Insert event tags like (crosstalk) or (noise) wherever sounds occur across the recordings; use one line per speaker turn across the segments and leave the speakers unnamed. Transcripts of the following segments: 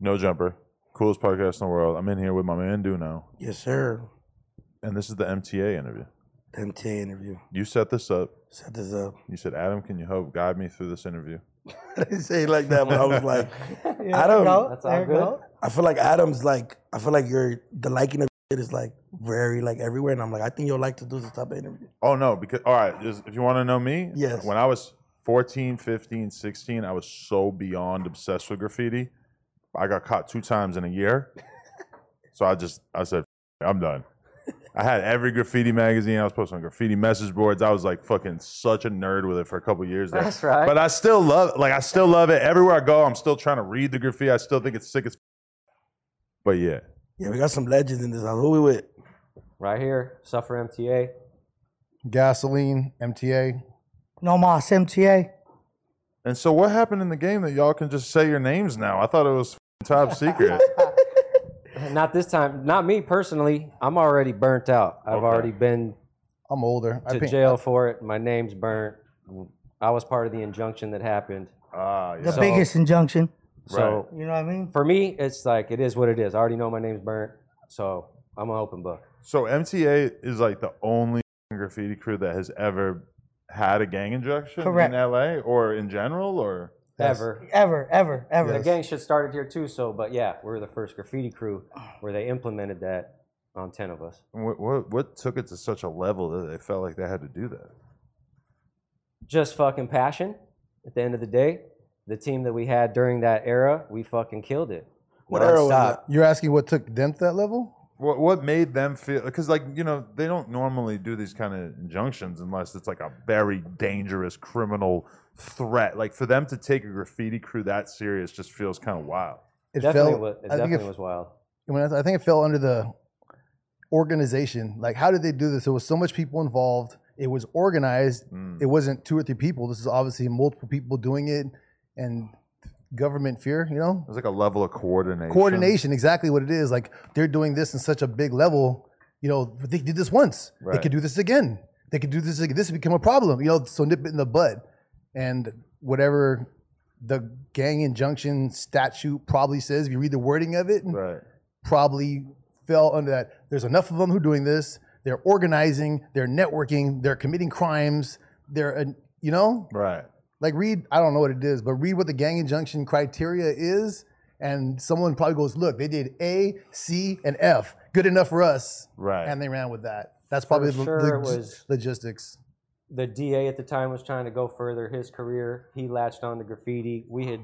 No Jumper, coolest podcast in the world. I'm in here with my man Duno,
Yes, sir.
and this is the MTA interview.
MTA interview.
You set this up.
Set this up. (laughs)
You said, Adam, can you help guide me through this interview?
I didn't say it like that when I was
(laughs)
like, I
there you
don't.
go.
That's all
there you
good.
go.
I feel like Adam's like, I feel like you're the liking of it is like very like everywhere, and I'm like, I think you'll like to do this type of interview.
Oh, no, because, all right, just, if you want to know me,
Yes.
when I was 14, 15, 16, I was so beyond obsessed with graffiti. I got caught two times in a year. so I just, I said, "F- I'm done. I had every graffiti magazine. I was posting on graffiti message boards. I was like fucking such a nerd with it for a couple years there.
That's right.
But I still love, like, I still love it. Everywhere I go, I'm still trying to read the graffiti. I still think it's sick as. But yeah,
Yeah, we got some legends in this house. Who we with?
right here, Suffer MTA.
Gasoline, MTA.
No Moss MTA.
and so what happened in the game that y'all can just say your names now? I thought it was f***ing
(laughs)
top secret.
Not this time. Not me personally. I'm already burnt out. I've
Okay.
already been
I'm older.
to
paint-
jail for it. My name's burnt. I was part of the injunction that happened.
Ah,
The
yeah.
So-
biggest injunction.
So
You know what I mean?
for me, it's like it is what it is. I already know my name's burnt, so I'm an open book.
So MTA is like the only f***ing graffiti crew that has ever had a gang injection
Correct.
in LA or in general, or
Yes.
Ever.
Ever, ever, ever.
The gang shit started here too. So, but yeah, we're the first graffiti crew where they implemented that on ten of us.
what, what, what took it to such a level that they felt like they had to do that?
just fucking passion. At the end of the day, the team that we had during that era, we fucking killed it.
What era was
Nonstop.
that?
You're asking what took them to that level?
What what made them feel? Because like you know they don't normally do these kind of injunctions unless it's like a very dangerous criminal threat. Like for them to take a graffiti crew that serious just feels kind of wild.
It
definitely
fell-
was, it
I think
definitely
it-
was wild.
when I, I think it fell under the organization. Like, how did they do this? There was so much people involved. It was organized.
Mm.
It wasn't two or three people. This is obviously multiple people doing it, and government fear. You know,
There's like a level of coordination.
coordination. Exactly what it is. Like they're doing this in such a big level. You know, they did this once.
Right.
They could do this again. They could do this. ag- This would become a problem. You know, so nip it in the bud, and whatever the gang injunction statute probably says. If you read the wording of it,
Right.
probably fell under that. There's enough of them who are doing this. They're organizing. They're networking. They're committing crimes. They're, uh, you know,
Right.
like read. I don't know what it is, but read what the gang injunction criteria is, and someone probably goes, "Look, they did A, C, and F. Good enough for us."
Right.
And they ran with that. That's probably the-
sure
the
it was-
logistics.
The DA at the time was trying to go further his career. He latched on to graffiti. We had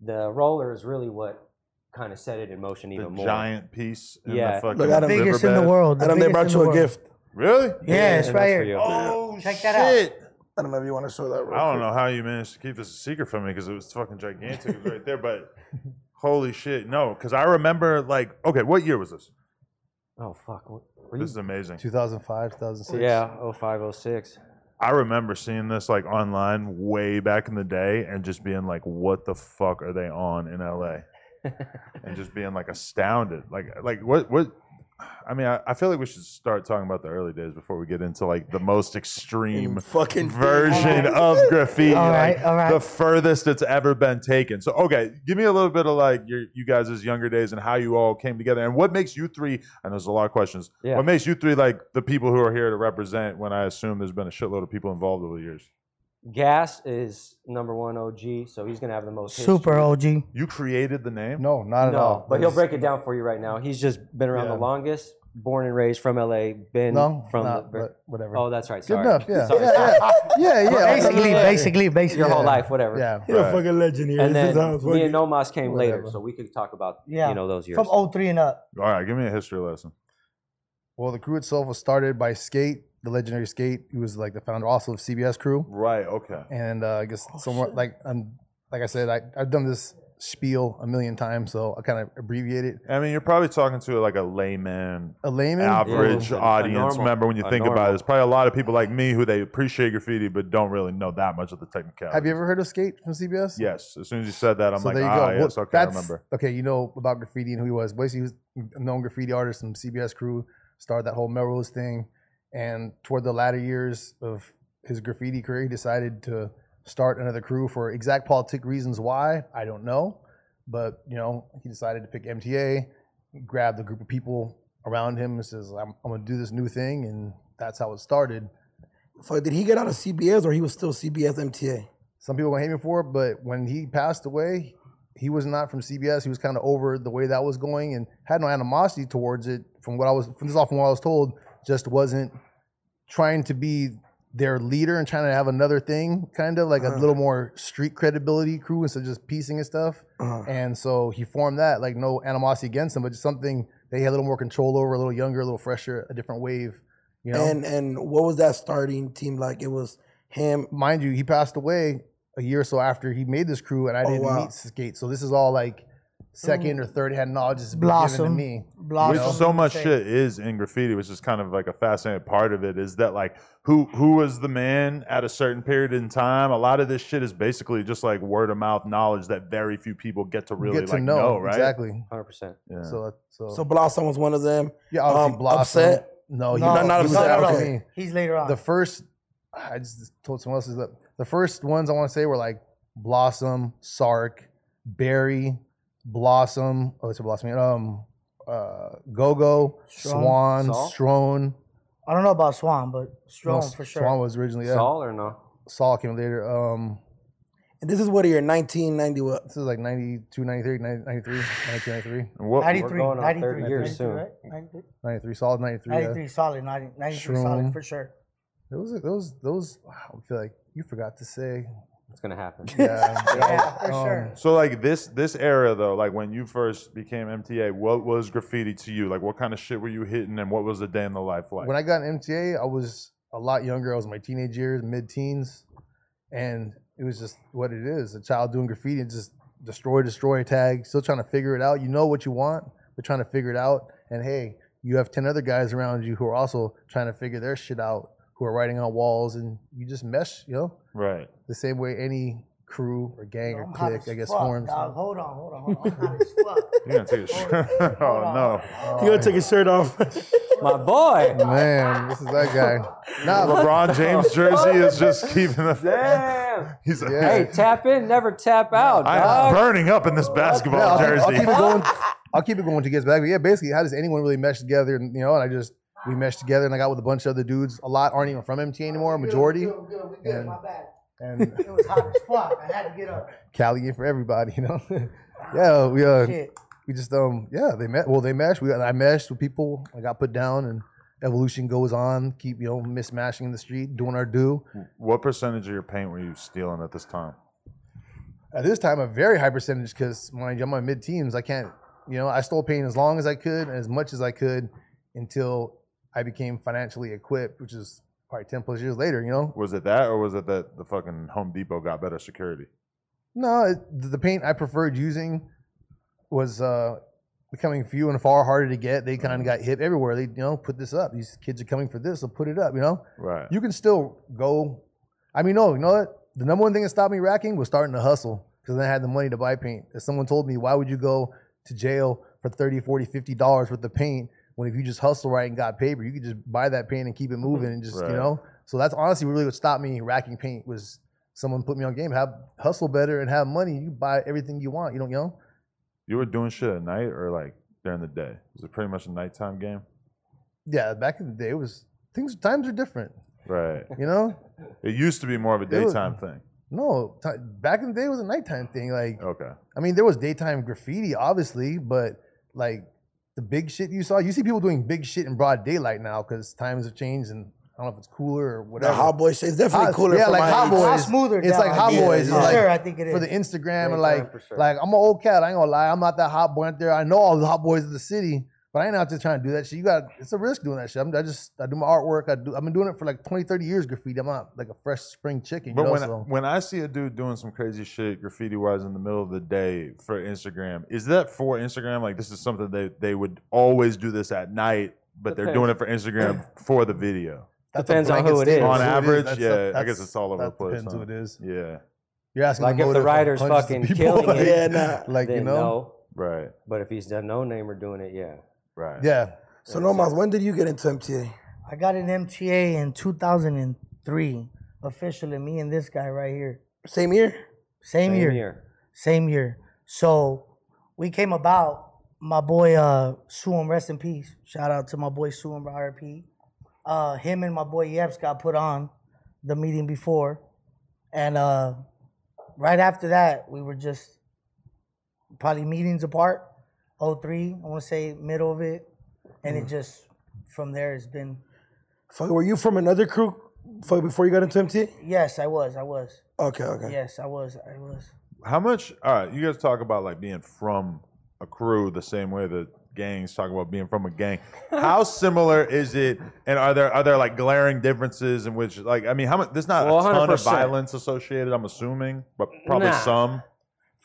the roller is really what kind of set it in motion
the
even more.
giant piece. In
Yeah.
The fucking
Look, Adam-
biggest in
riverbed.
the world. Oh, the
Adam, they
biggest
brought
in
you
the
a
world.
gift.
Really?
Yeah, it's
and that's
right
for
here.
you.
Oh
Check that out.
shit.
I don't know if you want to show that. Real
I don't know how you managed to keep this a secret from me because it was fucking gigantic. It was right there, but holy shit, no. Because I remember, like, okay, what year was this?
Oh fuck! what- were you-
This is amazing.
2005, 2006.
yeah, oh five, oh six.
I remember seeing this like online way back in the day and just being like, "What the fuck are they on in LA?"
(laughs)
and just being like astounded, like like what what. I mean, I, I feel like we should start talking about the early days before we get into like the most extreme
Fucking (laughs)
version of graffiti,
All right,
like,
all right.
the furthest it's ever been taken. So, okay, give me a little bit of like your you guys' younger days and how you all came together, and what makes you three. And there's a lot of questions.
Yeah.
What makes you three like the people who are here to represent? When I assume there's been a shitload of people involved over the years.
Gas is number one OG, so he's gonna have the most.
Super
history.
OG.
You created the name.
No, not at all.
No, but he'll
It's-
break it down for you right now. He's just been around the
Yeah.
longest, born and raised from LA, been
No,
from
not,
the,
but whatever.
Oh, that's right.
Good
Sorry.
enough. Yeah.
Sorry,
yeah,
sorry.
(laughs)
yeah, yeah, yeah.
Basically,
Yeah.
basically, basically.
Your whole
Yeah.
life, whatever.
Yeah.
You're
Right.
a fucking legend here.
And
This is
then
how it's
me and
fucking-
Nomas came later,
Whatever.
so we could talk about
Yeah.
you know those years.
From 03 and up.
All right, give me a history lesson.
Well, the crew itself was started by Skate, the legendary Skate, who was like the founder also of CBS Crew,
Right. Okay.
and uh, I guess
Oh,
somewhat
shit.
like um, like I said, I, I've done this spiel a million times, so I kind of abbreviate it.
I mean, you're probably talking to like a layman,
A layman,
average
Yeah. A
audience
normal-
member when you
a
think about it.
normal.
There's probably a lot of people like me who they appreciate graffiti but don't really know that much of the technicality.
have you ever heard of Skate from CBS?
Yes. As soon as you said that, I'm
so
like,
there you
ah,
go.
yes,
Well,
okay, I
that's-
remember.
Okay, you know about graffiti and who he was. Basically, he was a known graffiti artist from CBS Crew, started that whole Melrose thing. And toward the latter years of his graffiti career, he decided to start another crew for exact politic reasons why, I don't know. But you know, he decided to pick MTA, grabbed a group of people around him, and says, "I'm, I'm going to do this new thing," and that's how it started.
So did he get out of CBS or he was still CBS MTA?
Some people gonna hate me for it, but when he passed away, he was not from CBS. He was kind of over the way that was going and had no animosity towards it. From what I was, from this is all from what I was told, just wasn't trying to be their leader and trying to have another thing, kind of like a
Uh.
little more street credibility crew instead of just piecing and stuff.
Uh-huh.
And so he formed that, like no animosity against them, but just something they had a little more control over, a little younger, a little fresher, a different wave. You know,
And and what was that starting team like? It was him.
mind you, he passed away a year or so after he made this crew, and I
Oh,
didn't
wow.
meet Skate. So this is all like second or third hand knowledge that's been given
Blossom.
to me.
Which
Blossom.
so much
Say-
shit is in graffiti, which is kind of like a fascinating part of it. Is that like who who was the man at a certain period in time? A lot of this shit is basically just like word of mouth knowledge that very few people get to really
Get to
like
know,
know, right?
exactly.
100%.
Yeah.
So, uh, so
So Blossom was one of them.
yeah, obviously
um,
Blossom.
Upset?
No,
No,
he,
not
he was
Upset,
after
okay.
me.
He's later on.
The first, I just told someone else is that the first ones I want to say were like Blossom, Sark, Barry, Blossom. Oh, it's a Blossom. Um, uh, Gogo,
Strone.
Swan,
Saul?
Strone.
I don't know about Swan, but
No,
Strong for sure.
Swan was originally yeah.
Saul or no?
Saul came later. Um,
And this is what year 1990 what?
this is like 92, 93, 93, 93,
And what-
93,
going on
93,
30 years
93,
soon.
right? 93,
93, solid 93. yeah.
93 solid, 90, 93
Shroom.
solid for sure.
Those, those, those, I feel like you forgot to say.
It's going to happen. (laughs)
Yeah.
(laughs) Yeah, for
um,
sure.
So like this this era though, like when you first became MTA, what was graffiti to you? Like what kind of shit were you hitting, and what was the day in the life like?
When I got in MTA, I was a lot younger. I was in my teenage years, mid teens. And it was just what it is a child doing graffiti and just destroy, destroy tag, still trying to figure it out. You know what you want, but trying to figure it out. And hey, you have 10 other guys around you who are also trying to figure their shit out, who are writing on walls, and you just mesh, you know?
right.
the same way any crew or gang or
I'm hot
clique,
as
I guess,
fuck,
forms.
dog. Hold on, hold on, hold
(laughs)
on. I'm hot as fuck.
You're gonna take a
Hold-
shit. oh
hold on.
no.
You gonna take his shirt off?
My boy.
Man, this is that
(laughs)
guy. Nah,
LeBron James jersey is just keeping the.
Damn.
(laughs) He's like,
Yeah.
Hey, tap in, never tap out,
I'm
dog.
burning up in this
but yeah,
basketball
I'll, keep, I'll keep it
jersey.
going. I'll keep it going to get back. But yeah, basically, how does anyone really mesh together? And you know, and I just we meshed together, and I got with a bunch of other dudes. A lot aren't even from MTA anymore, majority.
Good, good, we good,
And-
my bad.
And (laughs)
It was hot as fuck. I had to get up.
Cali in for everybody, you know. (laughs) yeah, we uh,
Shit.
we just um yeah they met well they meshed we I meshed with people I got put down and evolution goes on keep you know mismashing in the street doing our due
What percentage of your paint were you stealing at this time?
at this time a very high percentage because mind you, I'm on mid teams. I can't, you know, I stole paint as long as I could and as much as I could until I became financially equipped, which is probably ten plus years later. You know,
Was it that, or was it that the fucking Home Depot got better security?
no, it, the paint I preferred using was uh, becoming few and far harder to get. They kind of got hit everywhere. They you know put this up. These kids are coming for this. So put it up. You know,
Right.
you can still go. I mean, no, you know what? The number one thing that stopped me racking was starting to hustle because then I had the money to buy paint. If someone told me, why would you go to jail for 30, 40, 50 dollars worth of paint when if you just hustle right and got paper, you could just buy that paint and keep it moving and just,
Right.
you know? So that's honestly really what stopped me racking paint was someone put me on game, have hustle better and have money. You buy everything you want. You don't, you know?
You were doing shit at night or like during the day? Was it pretty much a nighttime game?
Yeah, back in the day, it was things, times are different,
Right.
you know?
It used to be more of a
It was-
daytime thing.
no, ti back in the day, it was a nighttime thing. Like,
Okay.
I mean, there was daytime graffiti, obviously, but like the big shit you saw, you see people doing big shit in broad daylight now because times have changed and I don't know if it's cooler or
the
whatever.
hot boy shit. It's definitely
Hot-
cooler
yeah,
for
like
my
hot
age.
boy.
Hot
Boys,
smoother.
it's like
down.
Hot Boys, it's
For
like-
sure, I think it is.
for the Instagram
Daytime
and like,
for sure.
like I'm an old cat. I ain't gonna lie, I'm not that hot boy out there. I know all the hot boys of the city, but I ain't out there trying to do that shit. You got it's a risk doing that shit. I'm, I just I do my artwork. I do. I've been doing it for like 20, 30 years graffiti. I'm not like a fresh spring chicken.
But
you know,
when I,
so.
when I see a dude doing some crazy shit graffiti wise in the middle of the day for Instagram, is that for Instagram? Like this is something they they would always do this at night, but they're doing it for Instagram for the video.
That's a
Depends on
blanket
who it
statement.
is.
On average,
That's a-
yeah, I
that's-
guess it's all over
that
the place,
Depends
huh?
who it is.
Yeah.
You're asking
Like, if the
motive of
writer's
hundreds of
fucking
people,
killing
like-
it,
(laughs) Yeah, nah.
like you
Then
know
no.
Right.
But if he's done no namer doing it, yeah.
Right.
yeah
So no, Mas, when did you get into MTA?
I got an MTA in 2003, officially. Me and this guy right here,
Same year?
same,
Same
year,
year.
same year. So we came about. My boy uh, Suam, rest in peace. Shout out to my boy Suam RP. Uh, him and my boy Yeps got put on the meeting before, and uh, right after that, we were just probably meetings apart. 03, I want to say middle of it, and
Mm.
it just from there has been.
Fuck, were you from another crew? Fuck, before you got into MT?
Yes, I was. I was.
Okay, okay.
Yes, I was. I was.
How much? All right, you guys talk about like being from a crew the same way that gangs talk about being from a
(laughs)
gang. How similar is it? And are there are there like glaring differences in which like I mean, how much? There's not
Well,
a ton of
100%.
violence associated. I'm assuming, but probably
Nah.
some.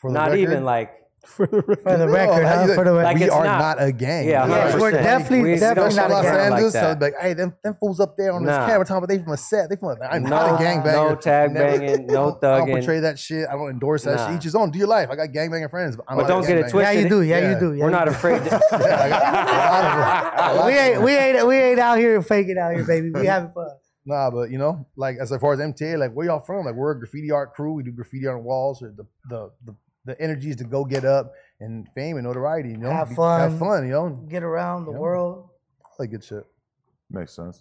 For
Not
record-
even like
For the record.
For the record, huh? For the
Like
record.
we
it's
are
not-
not, a gang.
Yeah,
We are
100%.
We're
just-
definitely-
We-
definitely
especially
not a
Los
gang like
Angeles,
that.
so like, hey, them, them fools up there on
Nah.
this camera talking about they from a set. They from a, I'm
No-
not a gang banger.
no
(laughs)
tag banging,
(laughs)
no
I don't
thugging.
portray that shit. I don't endorse that
Nah.
shit. Each his own. Do your life. I got gang banging friends, but I'm
But
not
don't
a
get it
gangbanger.
Yeah,
twisted.
you do. Yeah,
Yeah.
you do. Yeah,
we're
you
not
do.
afraid.
Yeah,
To,
I got a lot
(laughs)
(laughs)
of them.
we ain't we ain't we ain't out here faking out here, baby. We having fun.
Nah, but you know, like as far as MTA, like where y'all from? Like we're a graffiti art crew. We do graffiti on walls. Or the the the, the energy is to go get up and fame and notoriety. You know,
Have
Be-
fun.
Have fun. You know,
Get around the
Yeah.
world.
all that good shit.
Makes sense.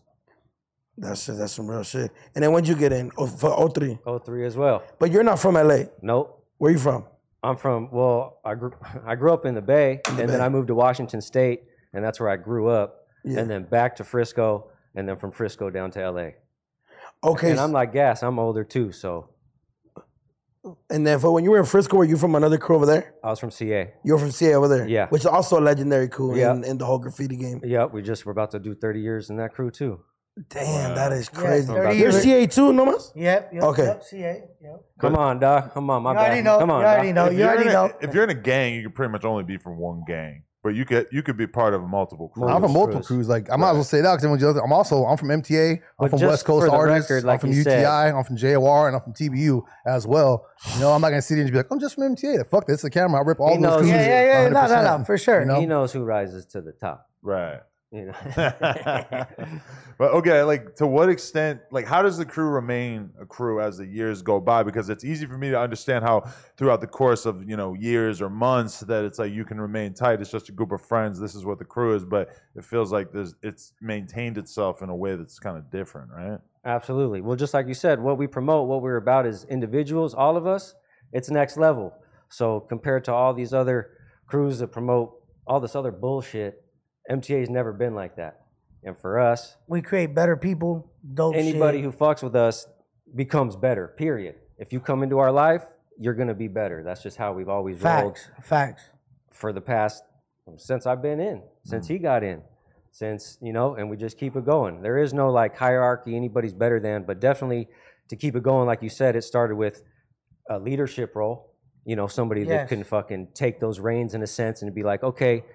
That's that's some real shit. And then when'd you get in? Oh, for 03.
03 as well.
But you're not from LA.
Nope.
Where you from?
I'm from well, I grew (laughs) I grew up in the Bay, and then
Bay.
I moved to Washington State, and that's where I grew up,
Yeah.
and then back to Frisco, and then from Frisco down to LA.
Okay.
And I'm like gas. I'm older too, so
And then for when you were in Frisco, were you from another crew over there?
I was from CA.
You're from CA over there.
Yeah.
Which is also a legendary crew
Yeah.
in, in the whole graffiti game.
Yep, we just were about to do 30 years in that crew too.
Damn, that is
Yeah,
crazy.
30
you're
years.
CA too, no mas?
Yep. yep
Okay.
Yep, CA. Yep.
Come on, doc. Come on, my
you
bad.
already know.
Come on,
you already
doc.
know. You
you're
already
in a,
know.
(laughs)
if you're in a gang, you can pretty much only be from one gang, but you could you could be part of multiple crews.
I'm from multiple
crews.
crews. Like I might as well say that because I'm also I'm from MTA. I'm
But
from
just
West Coast
for the
artists.
record,
I'm
like
from
you
UTI.
said-
I'm from JOR, and I'm from TBU as well. You know, I'm not gonna sit here and be like I'm just from MTA. The fuck, that's the camera. I rip all
He
those
knows.
crews.
Yeah, yeah, yeah. No, no, no,
100%.
for sure.
You know?
He knows who rises to the top.
Right.
You (laughs) know?
(laughs) but okay, like to what extent, like how does the crew remain a crew as the years go by? Because it's easy for me to understand how throughout the course of you know years or months that it's like you can remain tight. It's just a group of friends. This is what the crew is, but it feels like there's it's maintained itself in a way that's kind of different, right?
Absolutely. Well, just like you said, what we promote, what we're about as individuals, all of us, it's next level. So compared to all these other crews that promote all this other bullshit, MTA's never been like that. And for us,
We create better people. Dope
anybody
shit.
who fucks with us becomes better. Period. If you come into our life, you're gonna be better. That's just how we've always rolled
facts. Facts.
for the past since I've been in, since he got in, since you know, and we just keep it going. There is no like hierarchy anybody's better than, but definitely to keep it going, like you said, it started with a leadership role. You know, somebody that
Yes.
can fucking take those reins in a sense and be like, okay,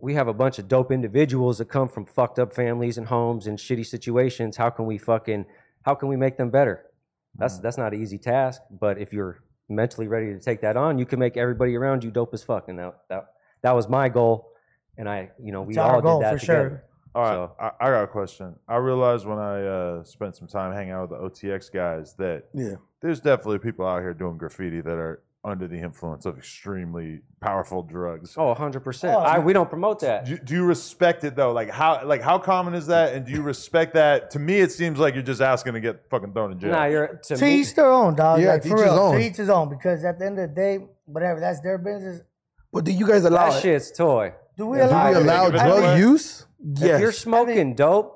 we have a bunch of dope individuals that come from fucked up families and homes and shitty situations. How can we fucking how can we make them better?
Mm-hmm.
That's that's not an easy task, but if you're mentally ready to take that on, you can make everybody around you dope as fuck. And that that, that was my goal. And I, you know, we
It's our
all
goal
did that
for
together.
sure.
All right,
So-
I, I got a question. I realized when I uh, spent some time hanging out with the OTX guys that
Yeah.
there's definitely people out here doing graffiti that are under the influence of extremely powerful drugs.
Oh, 100%.
Oh,
I,
you-
we don't promote that.
Do, do you respect it though? Like how like how common is that? And do you respect that? To me, it seems like you're just asking to get fucking thrown in jail. (laughs)
Nah, you're to
To,
me,
each their own, dog.
Yeah,
like,
to
for
each his
real.
own.
To each his own. Because at the end of the day, whatever, that's their business.
But do you guys allow
that
it?
shit's toy.
Do we
Do
allow?
we
it.
allow
Give it
drug
away.
use?
If you're
Yes.
smoking dope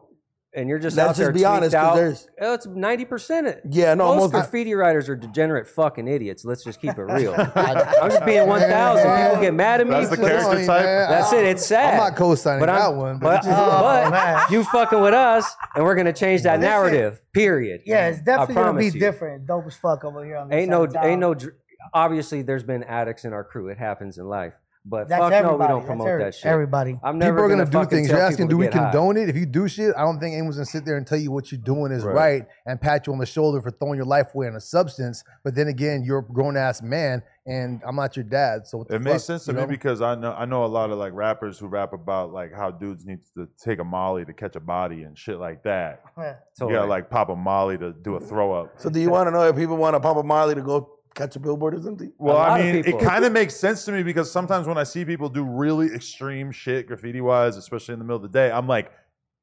and you're just
Let's
out there
just be
tweaked
honest, 'cause
out,
there's-
oh, it's 90% it.
Yeah, no, most-
most, graffiti writers are degenerate fucking idiots. Let's just keep it real. I'm just being 1,000. People get mad at me.
That's the
Come
character
on,
type.
man.
That's it. It's sad.
I'm not co-signing
But I'm-
that one.
But, uh,
Bitches,
but
man.
you fucking with us, and we're gonna change that narrative. Period.
Yeah, it's definitely gonna be
promise you.
different. Dope as fuck over here on this
Ain't
side
no,
of town.
ain't no. dr- Obviously, there's been addicts in our crew. It happens in life. But
That's
fuck no,
everybody.
we don't
That's
promote
every-
that shit.
Everybody.
I'm never
people are
gonna,
gonna, do
fucking
things.
tell
You're asking, do
people
we
to get high.
condone it? If you do shit, I don't think anyone's gonna sit there and tell you what you're doing is right.
Right.
and pat you on the shoulder for throwing your life away on a substance. But then again, you're a grown ass man, and I'm not your dad. So what the
It makes
fuck,
sense to
you
me
know?
because I know I know a lot of like rappers who rap about like how dudes need to take a molly to catch a body and shit like that.
Yeah.
You
Totally.
gotta like pop a molly to do a throw up.
So do you want to know if people want to pop a Molly to go Catch a billboard is empty.
Well, I
lot of
mean, it
people.
kind of makes sense to me because sometimes when I see people do really extreme shit graffiti wise, especially in the middle of the day, I'm like,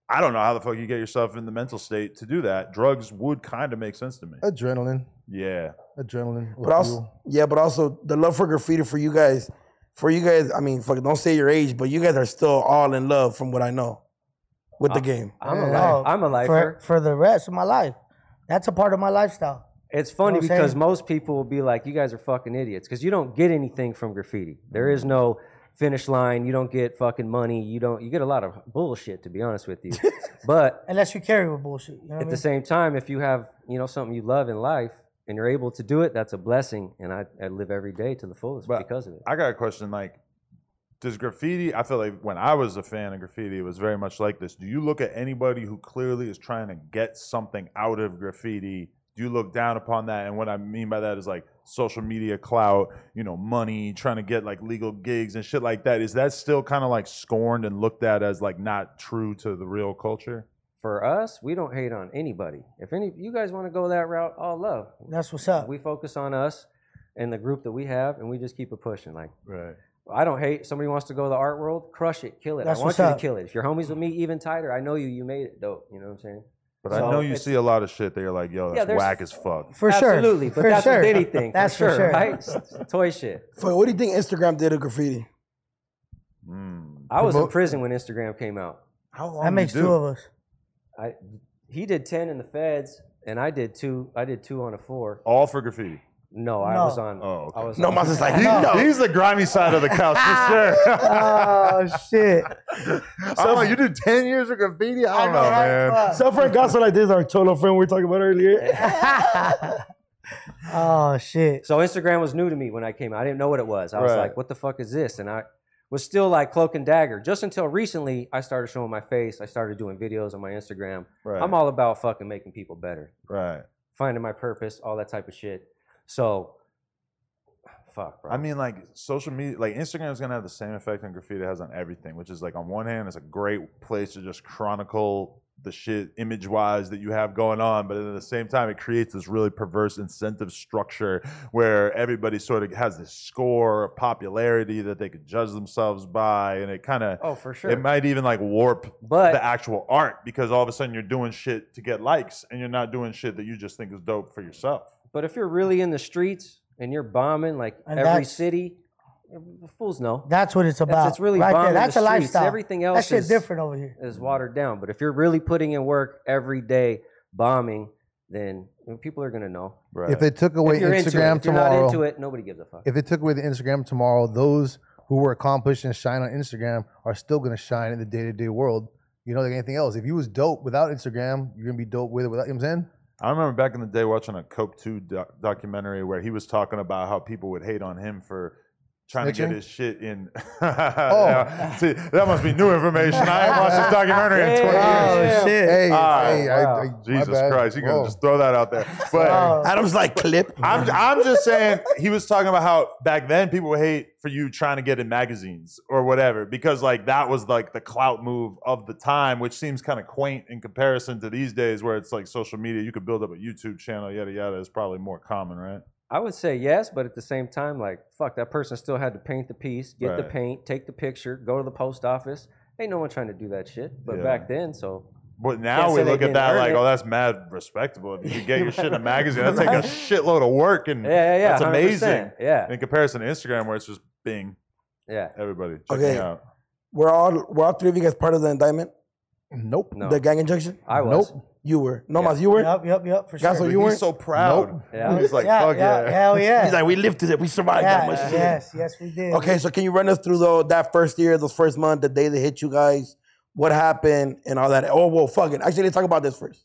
I don't know how the fuck you get yourself in the mental state to do that. Drugs would kind of make sense to me.
Adrenaline,
Yeah.
adrenaline. will
But also,
fuel.
yeah, but also the love for graffiti for you guys, for you guys. I mean, fuck, don't say your age, but you guys are still all in love, from what I know, with
Ah.
the game.
I'm
Yeah.
a lifer. I'm a
Oh, for,
lifer.
for the rest of my life. That's a part of my lifestyle.
It's funny
You know what I'm
because
saying?
most people will be like, "You guys are fucking idiots," because you don't get anything from graffiti. There is no finish line. You don't get fucking money. You don't. You get a lot of bullshit, to be honest
(laughs)
with you. but
Unless you carry with bullshit. You know what I
at
mean?
the same time, if you have you know something you love in life and you're able to do it, that's a blessing. And I, I live every day to the fullest
But-
because of it.
I got a question. Like, does graffiti? I feel like when I was a fan of graffiti, it was very much like this. Do you look at anybody who clearly is trying to get something out of graffiti? Do you look down upon that? And what I mean by that is like social media clout, you know, money, trying to get like legal gigs and shit like that. Is that still kind of like scorned and looked at as like not true to the real culture?
For us, we don't hate on anybody. If any you guys want to go that route, all love.
That's what's up.
We focus on us and the group that we have, and we just keep it pushing. Like.
Right.
I don't hate. Somebody wants to go to the art world, crush it, kill it. I
That's
want
what's
you
up.
to kill it. If your homies with me, even tighter. I know you. You made it dope. You know what I'm saying?
But I
So
know you
it's-
see a lot of shit that you're like, yo,
Yeah,
that's
there's-
whack as fuck.
For sure.
Absolutely. But
For
that's
sure.
with anything.
That's
for
for
sure,
sure.
right? It's Toy shit.
Fuck, what do you think Instagram did to graffiti?
Mm.
I was in
Promote-
prison when Instagram came out.
How long?
That makes two of us.
I he did ten in the feds, and I did two. I did two on a four.
All for graffiti.
No, I
No.
was on.
Oh, okay.
I was
No,
on-
Mas is like,
He-
no.
He's the grimy side of the couch for sure.
Oh shit!
(laughs)
so you (laughs) did (laughs) ten years of graffiti. I don't know, man.
Some friend got so like this, our cholo friend we were talking about earlier.
oh
(laughs)
shit!
So Instagram was new to me when I came out. I didn't know what it was. I was
Right.
like, what the fuck is this? And I was still like cloak and dagger. Just until recently, I started showing my face. I started doing videos on my Instagram.
Right,
I'm all about fucking making people better,
right.
finding my purpose, all that type of shit. So, fuck, bro.
I mean, like social media, like Instagram is gonna have the same effect on graffiti it has on everything. Which is like, on one hand, it's a great place to just chronicle the shit image-wise that you have going on, but then at the same time, it creates this really perverse incentive structure where everybody sort of has this score, of popularity that they could judge themselves by, and it kind of.
oh, for sure.
It might even like warp
but
the actual art because all of a sudden you're doing shit to get likes and you're not doing shit that you just think is dope for yourself.
but if you're really in the streets and you're bombing like
And
every
that's-
city, eh, fools know.
That's what it's about.
That's, it's really
right
bombing
there. That's
the
a
streets.
lifestyle.
Everything else
that shit
is
different over here.
is watered down. But if you're really putting in work every day, bombing, then I mean, people are gonna know.
Right.
If they took away
if you're into
Instagram
it, if you're
tomorrow,
not into it, nobody gives a fuck.
if it took away the Instagram tomorrow, those who were accomplished and shine on Instagram are still going to shine in the day to day world. You know, like anything else. If you was dope without Instagram, you're gonna be dope with it without. You know what I'm saying?
I remember back in the day watching a Coke 2 doc- documentary where he was talking about how people would hate on him for trying to get
Snitching? Oh.
his shit in. (laughs) Yeah. See, that must be new information. I haven't watched this documentary in 20
Hey.
years.
Yeah.
Oh shit!
Hey,
Ah,
hey, I-
wow.
I- my
Jesus
bad.
Christ, you can
Whoa.
just throw that out there.
(laughs)
But
Oh.
Adam's like clip.
I'm, I'm just saying he was talking about how back then people would hate for you trying to get in magazines or whatever because like that was like the clout move of the time which seems kind of quaint in comparison to these days where it's like social media you could build up a youtube channel yada yada is probably more common right
I would say yes, but at the same time, like fuck, that person still had to paint the piece, get the
Right.
paint, take the picture, go to the post office. Ain't no one trying to do that shit. But
Yeah.
back then, so
but now
Can't
we
say they
look at
didn't
that
earn
like
it.
oh that's mad respectable if you could get your shit in
(laughs)
a magazine that take a shitload of work and
yeah, yeah, yeah
that's amazing
100%. Yeah,
in comparison to instagram where it's just bing
yeah.
everybody check
Okay.
me out
We're all we're all three of you guys part of the indictment,
Nope.
No,
the gang injunction.
I was.
Nope.
You were no,
Yeah.
Mas, you were.
Yup, yup, yup. For sure.
That's what you
he's
weren't.
so proud
Nope.
Yeah.
he's like
yeah,
fuck
yeah, Hell yeah!
He's like, we lived through it. We survived that
yeah,
much shit.
yes, yes, we did.
Okay, so can you run us through though that first year, those first month, the day they hit you guys, what happened, and all that? Oh, well, fuck it. Actually, let's talk about this first.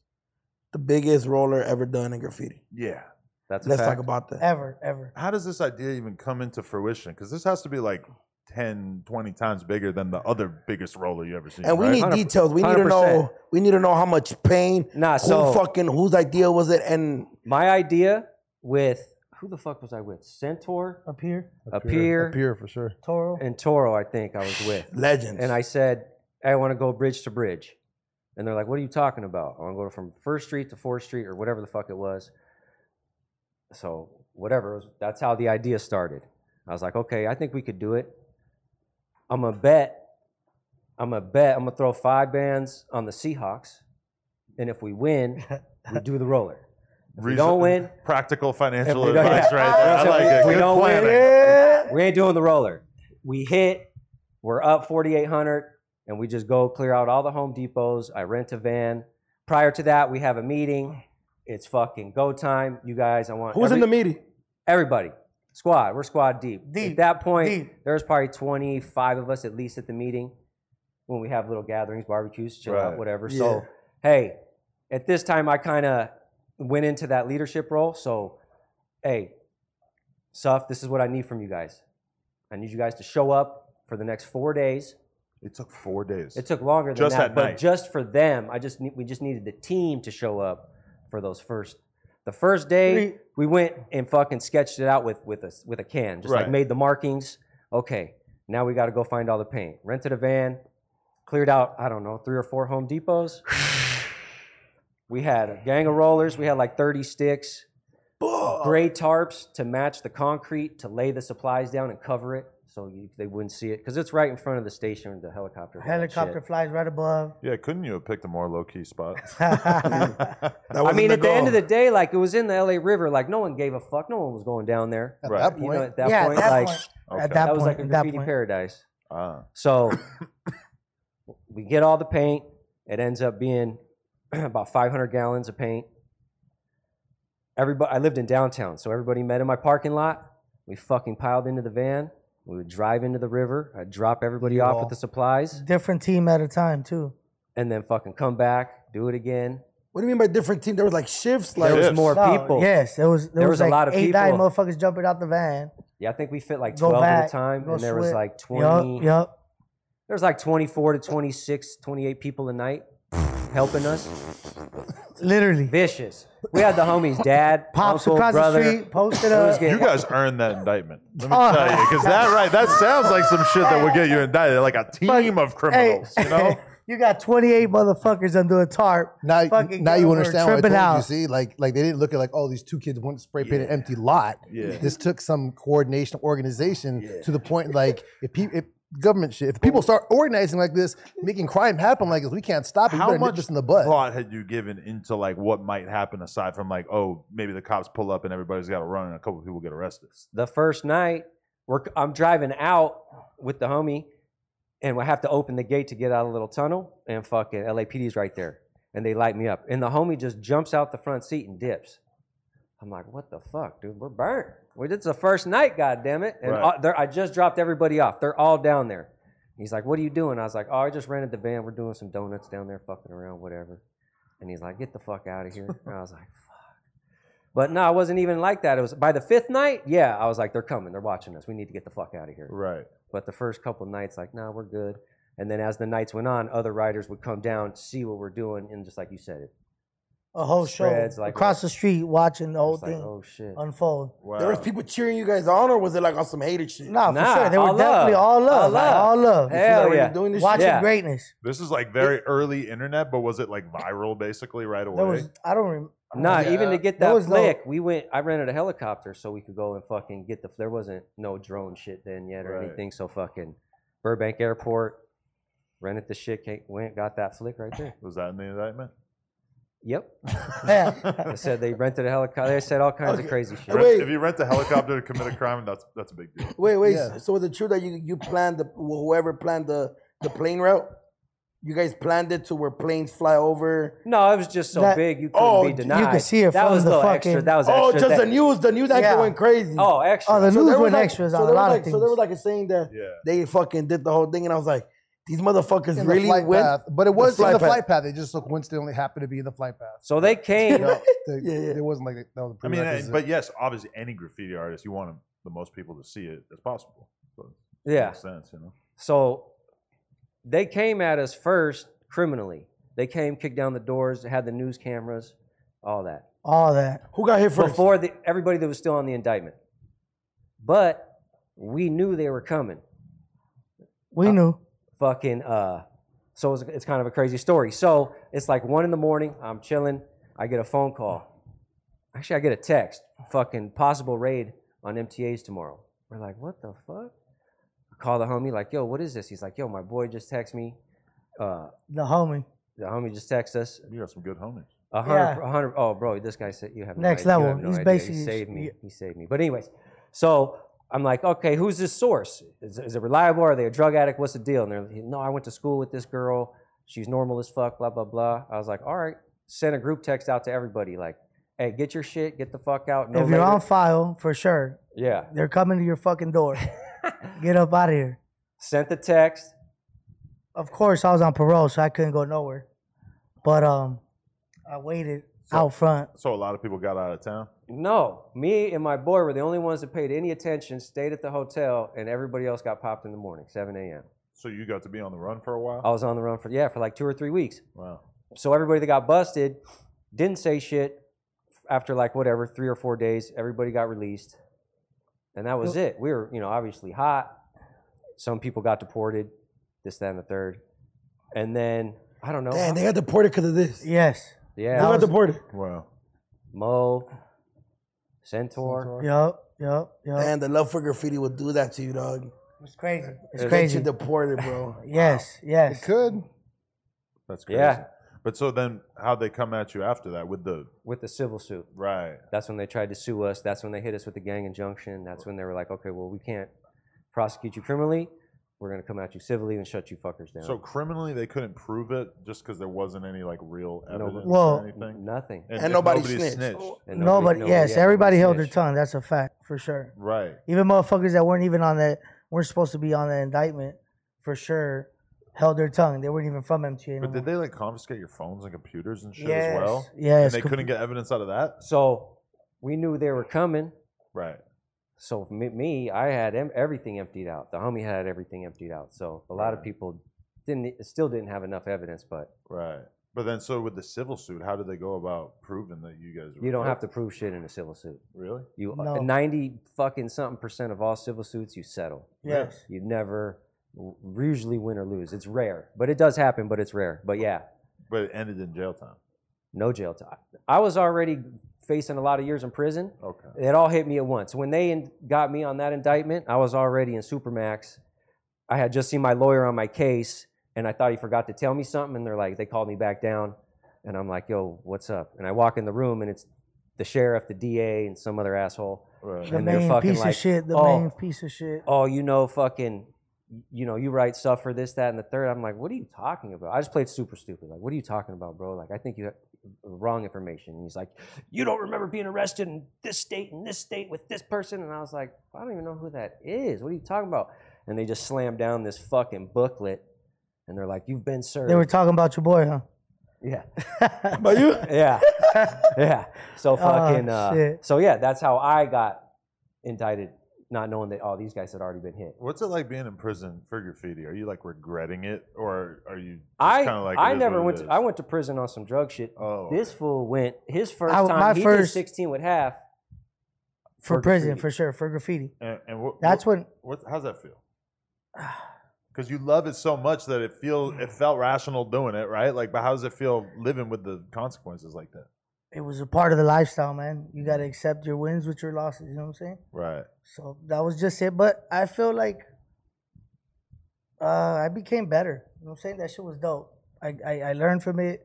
The biggest roller ever done in graffiti.
yeah
That's a
Let's
fact.
talk about that.
Ever, ever.
how does this idea even come into fruition? Because this has to be like 10, 20 times bigger than the other biggest roller you ever seen.
And we
right?
need
100%.
details. We need to know. We need to know how much pain.
Nah,
Who
so
fucking whose idea was it? And
my idea with who the fuck was I with? Centaur
Up here,
Appear.
Appear for sure.
Toro.
and Toro, I think I was with.
legends.
And I said, I want to go bridge to bridge. And they're like, what are you talking about? I want to go from First Street to Fourth Street or whatever the fuck it was. So whatever. It was- That's how the idea started. I was like, okay, I think we could do it. I'm a bet. I'm a bet. I'm gonna throw five bands on the Seahawks, and if we win, we do the roller.
Reason-
don't win-
Practical financial
If we don't-
advice
yeah.
right there. (laughs) I
If (laughs)
like
we-
it.
if we
Good
don't win-
planning.
We ain't doing the roller. We hit. We're up 4,800, and we just go clear out all the Home Depots. I rent a van. Prior to that, we have a meeting. It's fucking go time, you guys. I want
Who's in
every-
the meeting?
everybody squad. We're squad deep.
Deep,
At that point,
deep.
there's probably 25 of us at least at the meeting when we have little gatherings, barbecues, chill
Right.
out, whatever.
Yeah.
So, hey, at this time, I kind of went into that leadership role. So, hey, Suff, this is what I need from you guys. I need you guys to show up for the next four days.
It took four days.
It took longer than
Just
that,
at
but
night.
just for them, I just need, we just needed the team to show up for those first. The first day we went and fucking sketched it out with with a s- with a can, just
Right.
like made the markings. Okay, now we got to go find all the paint. Rented a van, cleared out I don't know three or four Home Depots. we had a gang of rollers. We had like thirty sticks, gray tarps to match the concrete to lay the supplies down and cover it. So you, they wouldn't see it because it's right in front of the station, the helicopter. and all that shit.
Helicopter flies
(laughs)
right above.
yeah, couldn't you have picked a more low key spot?
That
I
wasn't
mean, at the end
goal.
of the day, like it was in the LA River, like no one gave a fuck. No one was going down there.
(laughs)
At
Right.
that
You
point,
know, at that
yeah,
point,
at that
like
point.
Okay.
At that,
that, was
point,
like a
at that
graffiti
point.
paradise.
Ah.
(coughs)
So we get all the paint. It ends up being (coughs) about 500 gallons of paint. Everybody, I lived in downtown, so everybody met in my parking lot. We fucking piled into the van. We would drive into the river. I'd drop everybody off
Wall.
with the supplies,
Different team at a time too.
and then fucking come back, do it again.
What do you mean by different team? There was like shifts. Like
There was
Shifts.
more
No,
people.
Oh, Yes, there was there, was, a lot of eight, nine
people.
motherfuckers jumping out the van.
Yeah, I think we fit like
Go
12 at
back,
a time,
go
and there was
switch.
like 20.
Yup, yup.
There's like 24 to 26, 28 people a night helping us.
Literally.
Vicious. We had the homies, dad,
(laughs) Pops
uncle,
across
brother.
the street, posted
Who's
up.
getting-
You guys earned that indictment. Let me
Oh.
tell you, because that right, that sounds like some shit that would get you indicted, like a team of criminals. You know,
you got 28 motherfuckers under a tarp.
now,
fucking
now
guys
you
were
understand what I
tripping
told you.
out.
You see, like, like they didn't look at like, oh, these two kids went and spray paint an empty lot.
Yeah.
(laughs) This took some coordination, organization to the point like if people, if government shit, if people start organizing like this, making crime happen like this, we can't stop it. you
how
better nip
much
this in the butt.
thought had you given into like what might happen aside from like, oh, maybe the cops pull up and everybody's got to run and a couple people get arrested?
The first night, we're, I'm driving out with the homie, and I have to open the gate to get out of the little tunnel, and fucking LAPD's right there. And they light me up. And the homie just jumps out the front seat and dips. I'm like, what the fuck, dude? We're burnt. We did the first night, goddammit. And
Right.
all, they're- I just dropped everybody off. They're all down there. He's like, what are you doing? I was like, oh, I just rented the van. We're doing some donuts down there, fucking around, whatever. And he's like, get the fuck out of here. And I was like, fuck. But no, I wasn't even like that. It was by the fifth night, yeah, I was like, they're coming. They're watching us. We need to get the fuck out of here.
Right.
But the first couple nights, like, nah, we're good. And then as the nights went on, other riders would come down, see what we're doing, and just like you said, it
A whole show
Shreds, like, uh,
across the street, watching the whole
it's like,
thing
oh shit.
unfold.
Wow.
there was people cheering you guys on, or was it like on some hated shit?
Nah, for
Nah,
sure. They were
all
definitely
love.
all love,
All
like,
love.
all love.
You feel
Hell
already
yeah.
Doing this
Watching
Yeah.
greatness.
this is like very early internet, but was it like viral basically right away?
There was I don't remember.
Nah, even to get that
was no-
flick, we went. I rented a helicopter so we could go and fucking get the. There wasn't no drone shit then yet or
Right.
anything. So fucking Burbank Airport, rented the shit, came, went got that flick right there.
Was that in the indictment?
Yep,
(laughs) Yeah.
(laughs)
they said they rented a helicopter. They said all kinds
Okay.
of crazy shit.
Wait.
If you rent a helicopter to commit a crime, that's that's a big deal.
Wait, wait.
Yeah.
So was it true that you you planned the whoever planned the the plane route? You guys planned it to where planes fly over.
No, it was just so
That-
big you couldn't
Oh,
be
you could
denied.
see it
that
from
was
the
little extra.
fucking-
That was
Oh,
extra.
just the
that-
news. The news anchor
Yeah.
went crazy.
Oh, extra.
Oh, the news
there was
went
like-
extras
so
on a
there was
lot
like,
of
So there
things.
was like a saying that
Yeah.
they fucking did the whole thing, and I was like, these motherfuckers
In the
really
flight
went.
path. But it was in
flight
the
path.
flight path. They just so coincidentally happened to be in the
(laughs)
flight path.
so they came.
You know, the-
Yeah, yeah.
It wasn't like that was a
I mean, and,
prerequisite.
but yes, obviously, any graffiti artist, you want 'em- the most people to see it as possible. So it
yeah.
makes sense, you know.
So they came at us first criminally. They came, kicked down the doors, had the news cameras, all that.
all that.
Who got hit first?
Before the, everybody that was still on the indictment. But we knew they were coming.
We knew.
Fucking, uh, so it's, it's kind of a crazy story. So it's like one in the morning, I'm chilling, I get a phone call. Actually, I get a text. fucking possible raid on MTAs tomorrow. We're like, what the fuck? Call the homie, like, yo, what is this? He's like, yo, my boy just texted me. Uh,
The homie.
the homie just texted us.
You got some good homies.
A hundred,
Yeah.
a hundred. Oh, bro, this guy said you have no
Next
idea- you
level.
have no
He's
idea.
basically-
he saved me.
yeah.
He saved me. But anyways, so I'm like, okay, who's this source? Is, is it reliable? Are they a drug addict? What's the deal? And they're like, no, I went to school with this girl. She's normal as fuck. Blah blah blah. I was like, all right. Send a group text out to everybody, like, hey, get your shit, get the fuck out. No
if you're
later.
on file, for sure,
yeah.
they're coming to your
(laughs)
fucking door. Get up out of here.
Sent the text.
Of course, I was on parole, so I couldn't go nowhere. But um, I waited
So-
out front.
So a lot of people got out of town.
No, me and my boy were the only ones that paid any attention. Stayed at the hotel, and everybody else got popped in the morning, 7 a.m.
So you got to be on the run for a while.
I was on the run for yeah for like two or three weeks.
Wow.
so everybody that got busted didn't say shit after like whatever three or four days everybody got released and that was it we were you know obviously hot some people got deported this that and the third and then i don't know
Damn, they got deported because of this. Yeah,
Yes.
they
yeah
that
got
was-
deported.
Wow.
mo centaur,
Yup. Yup. Yup.
Damn, the love for graffiti would do that to you, dog.
It's crazy.
Get
It's
Get
crazy.
you deported, bro.
yes.
It
Yes.
could.
That's crazy.
Yeah.
But so then how'd they come at you after that with the
with the civil suit
right.
that's when they tried to sue us that's when they hit us with the gang injunction that's when they were like okay well we can't prosecute you criminally we're going to come at you civilly and shut you fuckers down
So criminally they couldn't prove it just because there wasn't any like real
No,
evidence
well-
or anything.
nothing
And,
And
if
nobody snitched.
And
Nobody. yes.
yeah,
everybody held their
snitched.
tongue. That's a fact for sure.
Right.
Even motherfuckers that weren't even on that weren't supposed to be on the indictment for sure held their tongue. They weren't even from MTA.
But
no
did
more.
they like confiscate your phones and computers and shit
yes.
as well?
Yes.
and they couldn't get evidence out of that?
So we knew they were coming.
Right.
So me, me I had em- everything emptied out. The homie had everything emptied out. So a lot of
Right.
people didn't e, still didn't have enough evidence, but
Right. But then so with the civil suit, how did they go about proving that you guys were
you don't have to
guilty?
prove shit in a civil suit.
really?
You uh,
No.
ninety fucking something percent of all civil suits you settle.
Yes.
You never w- usually win or lose. It's rare, but it does happen. But it's rare. But yeah,
But it ended in jail time.
no jail time. I was already facing a lot of years in prison.
Okay.
it all hit me at once. When they in- got me on that indictment, I was already in Supermax. I had just seen my lawyer on my case, and I thought he forgot to tell me something. And they're like, they called me back down, and I'm like, yo, what's up? And I walk in the room, and it's the sheriff, the DA, and some other asshole.
Right.
The
and they're
main
fucking
piece
like,
of shit. The
"Oh,
main piece of shit.
Oh, you know, fucking, you know, you write stuff for this, that, and the third. I'm like, what are you talking about? I just played super stupid. Like, what are you talking about, bro? Like, I think you have wrong information. And he's like, you don't remember being arrested in this state and this state with this person. And I was like, I don't even know who that is. What are you talking about? And they just slammed down this fucking booklet. And they're like, you've been served.
They were talking about your boy, huh? (laughs)
yeah.
But you,
(laughs) Yeah. yeah.
(laughs)
So fucking. uh,
Oh, shit.
so yeah, that's how I got indicted, not knowing that all these guys had already been hit.
What's it like being in prison for graffiti? Are you like regretting it, or are you? Just
I
kinda like, it
I
is
never
what it
went.
is?
To, I went to prison on some drug shit.
Oh,
This fool went his first
I-
time.
my
he
first-
did sixteen with half.
For
For
prison,
graffiti.
for sure. For graffiti.
and, and what,
That's
what,
when
what- How's that feel? Because you love it so much that it feels it felt rational doing it, right? Like, but how does it feel living with the consequences like that?
it was a part of the lifestyle, man. You got to accept your wins with your losses. You know what I'm saying?
Right.
So that was just it. But I feel like uh, I became better. You know what I'm saying? That shit was dope. I, I, I learned from it,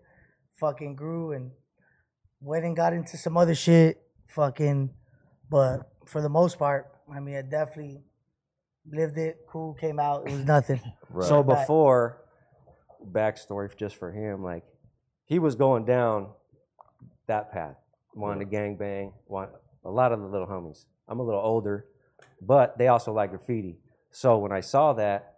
fucking grew, and went and got into some other shit, fucking. But for the most part, I mean, I definitely lived it, cool, came out,
(laughs)
it was nothing.
Right.
So
Right.
before, backstory just for him, like he was going down that path, wanted to gangbang, want a lot of the little homies. I'm a little older, but they also like graffiti. So when I saw that,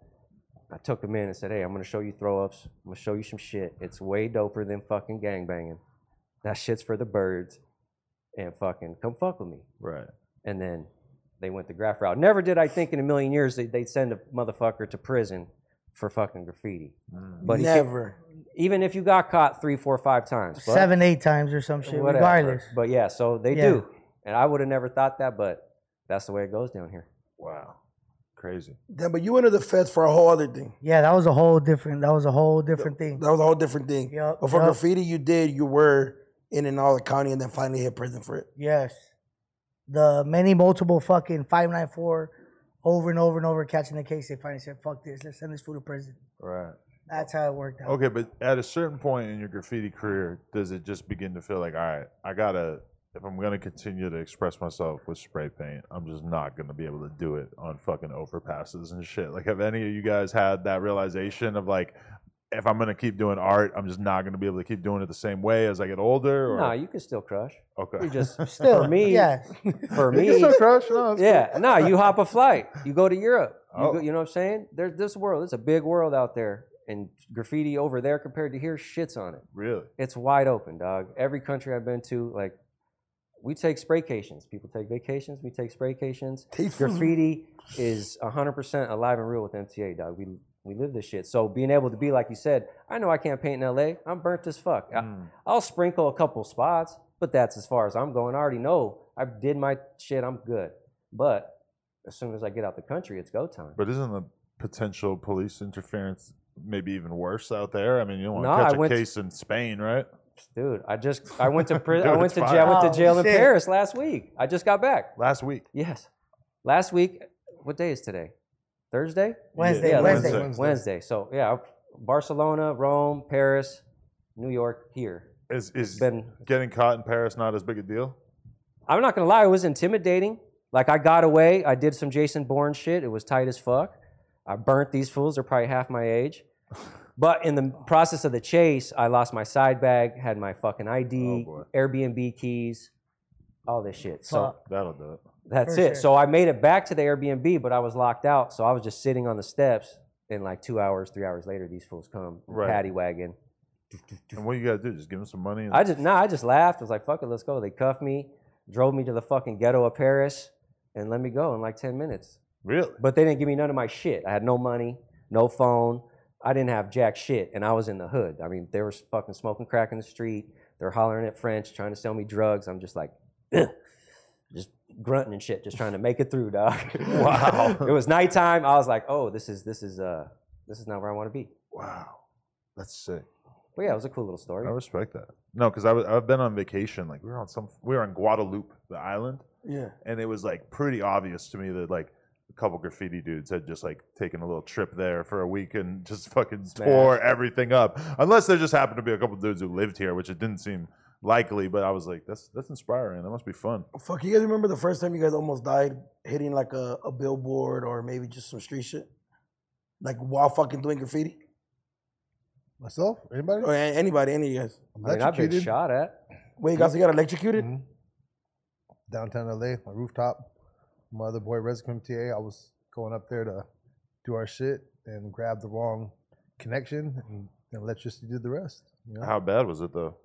I took him in and said, "Hey, I'm gonna show you throw ups. I'm gonna show you some shit. It's way doper than fucking gangbanging. That shit's for the birds, and fucking come fuck with me."
right.
and then they went the graph route. Never did I think in a million years that they'd send a motherfucker to prison for fucking graffiti.
Mm.
But he can't-
never.
even if you got caught three, four, five times, but
Seven, eight times or some shit,
whatever.
regardless.
But yeah, so they
Yeah.
do, and I would have never thought that, but that's the way it goes down here.
Wow. Crazy.
Damn, but you entered the feds for a whole other thing.
Yeah, that was a whole different. That was a whole different thing.
That was a whole different thing.
Yup,
But for (laughs)
yup.
graffiti, you did. You were in and out of county, and then finally hit prison for it.
Yes, the many multiple fucking 594 over and over and over catching the case. They finally said, fuck this, let's send this fool to prison.
Right.
That's how it worked
(laughs)
out.
Okay, but at a certain point in your graffiti career, does it just begin to feel like, all right, I gotta, if I'm gonna continue to express myself with spray paint, I'm just not gonna be able to do it on fucking overpasses and shit. Like, have any of you guys had that realization of like, if I'm gonna keep doing art, I'm just not gonna be able to keep doing it the same way as I get older? Or
No, you can still crush.
okay,
(laughs)
You just
Still,
for me,
yeah.
for
You can
me,
still crush. No, it's
yeah. No, you hop a flight. You go to Europe. You,
Oh.
go, you know what I'm saying? There's this world. It's a big world out there, and graffiti over there compared to here, shits on it.
really?
It's wide open, dog. Every country I've been to, like, we take spraycations. People take vacations. We take spraycations. Graffiti
(laughs)
is 100% alive and real with MTA, dog. We we live this shit. So being able to be like you said, I know I can't paint in LA. I'm burnt as fuck. I-
Mm.
I'll sprinkle a couple spots, but that's as far as I'm going. I already know I did my shit. I'm good. But as soon as I get out the country, it's go time.
But isn't the potential police interference maybe even worse out there? I mean, you don't want
No, I
to catch a
went to-
case in Spain, right?
Dude, I just I went
(laughs)
to prison. I
Dude,
went
it's
to
fine.
jail. I went
Oh,
to jail in
shit.
Paris last week. I just got back.
Last week.
Yes. Last week, what day is today? Thursday?
Wednesday,
Yeah,
Wednesday.
Wednesday.
Wednesday. So yeah, Barcelona, Rome, Paris, New York, here.
Is
It's
is
been
getting caught in Paris not as big a deal?
I'm not gonna lie, it was intimidating. Like I got away, I did some Jason Bourne shit. It was tight as fuck. I burnt these fools. They're probably half my
(laughs)
age. But in the process of the chase, I lost my side bag, had my fucking ID,
Oh, boy.
Airbnb keys, all this shit. So
Fuck.
That'll do it.
that's
For
it.
sure.
So I made it back to the Airbnb, but I was locked out. So I was just sitting on the steps. And like two hours, three hours later, these fools come
Right.
paddy wagon.
And what you gotta do? Just give them some money. And
I just nah, I just laughed. I was like, "Fuck it, let's go." They cuffed me, drove me to the fucking ghetto of Paris, and let me go in like ten minutes.
really.
But they didn't give me none of my shit. I had no money, no phone. I didn't have jack shit, and I was in the hood. I mean, they were fucking smoking crack in the street. They're hollering at French, trying to sell me drugs. I'm just like, "Ugh," just grunting and shit, just trying to make it through, dog.
Wow.
(laughs) it was nighttime. I was like, "Oh, this is this is uh this is not where I want to be."
Wow, that's sick.
But yeah, it was a cool little
I
story.
respect that. No, because I was I've been on vacation. Like we were on some we were on Guadeloupe, the island,
Yeah.
and it was like pretty obvious to me that like a couple graffiti dudes had just like taken a little trip there for a week and just (laughs) fucking tore everything up. Unless there just happened to be a couple dudes who lived here, which it didn't seem likely. But I was like, that's that's inspiring. That must be fun.
Fuck, you guys remember the first time you guys almost died hitting like a, a billboard or maybe just some street shit? Like while fucking doing graffiti?
Myself? Anybody?
Or a- anybody, any of you guys?
I mean, I've been
Electrocuted.
shot at.
Wait, you guys, you got electrocuted?
Mhm. Mm-hmm. Downtown LA, my rooftop. My other boy, Resident MTA, I was going up there to do our shit and grab the wrong connection and the electricity did the rest. You know?
How bad was it though?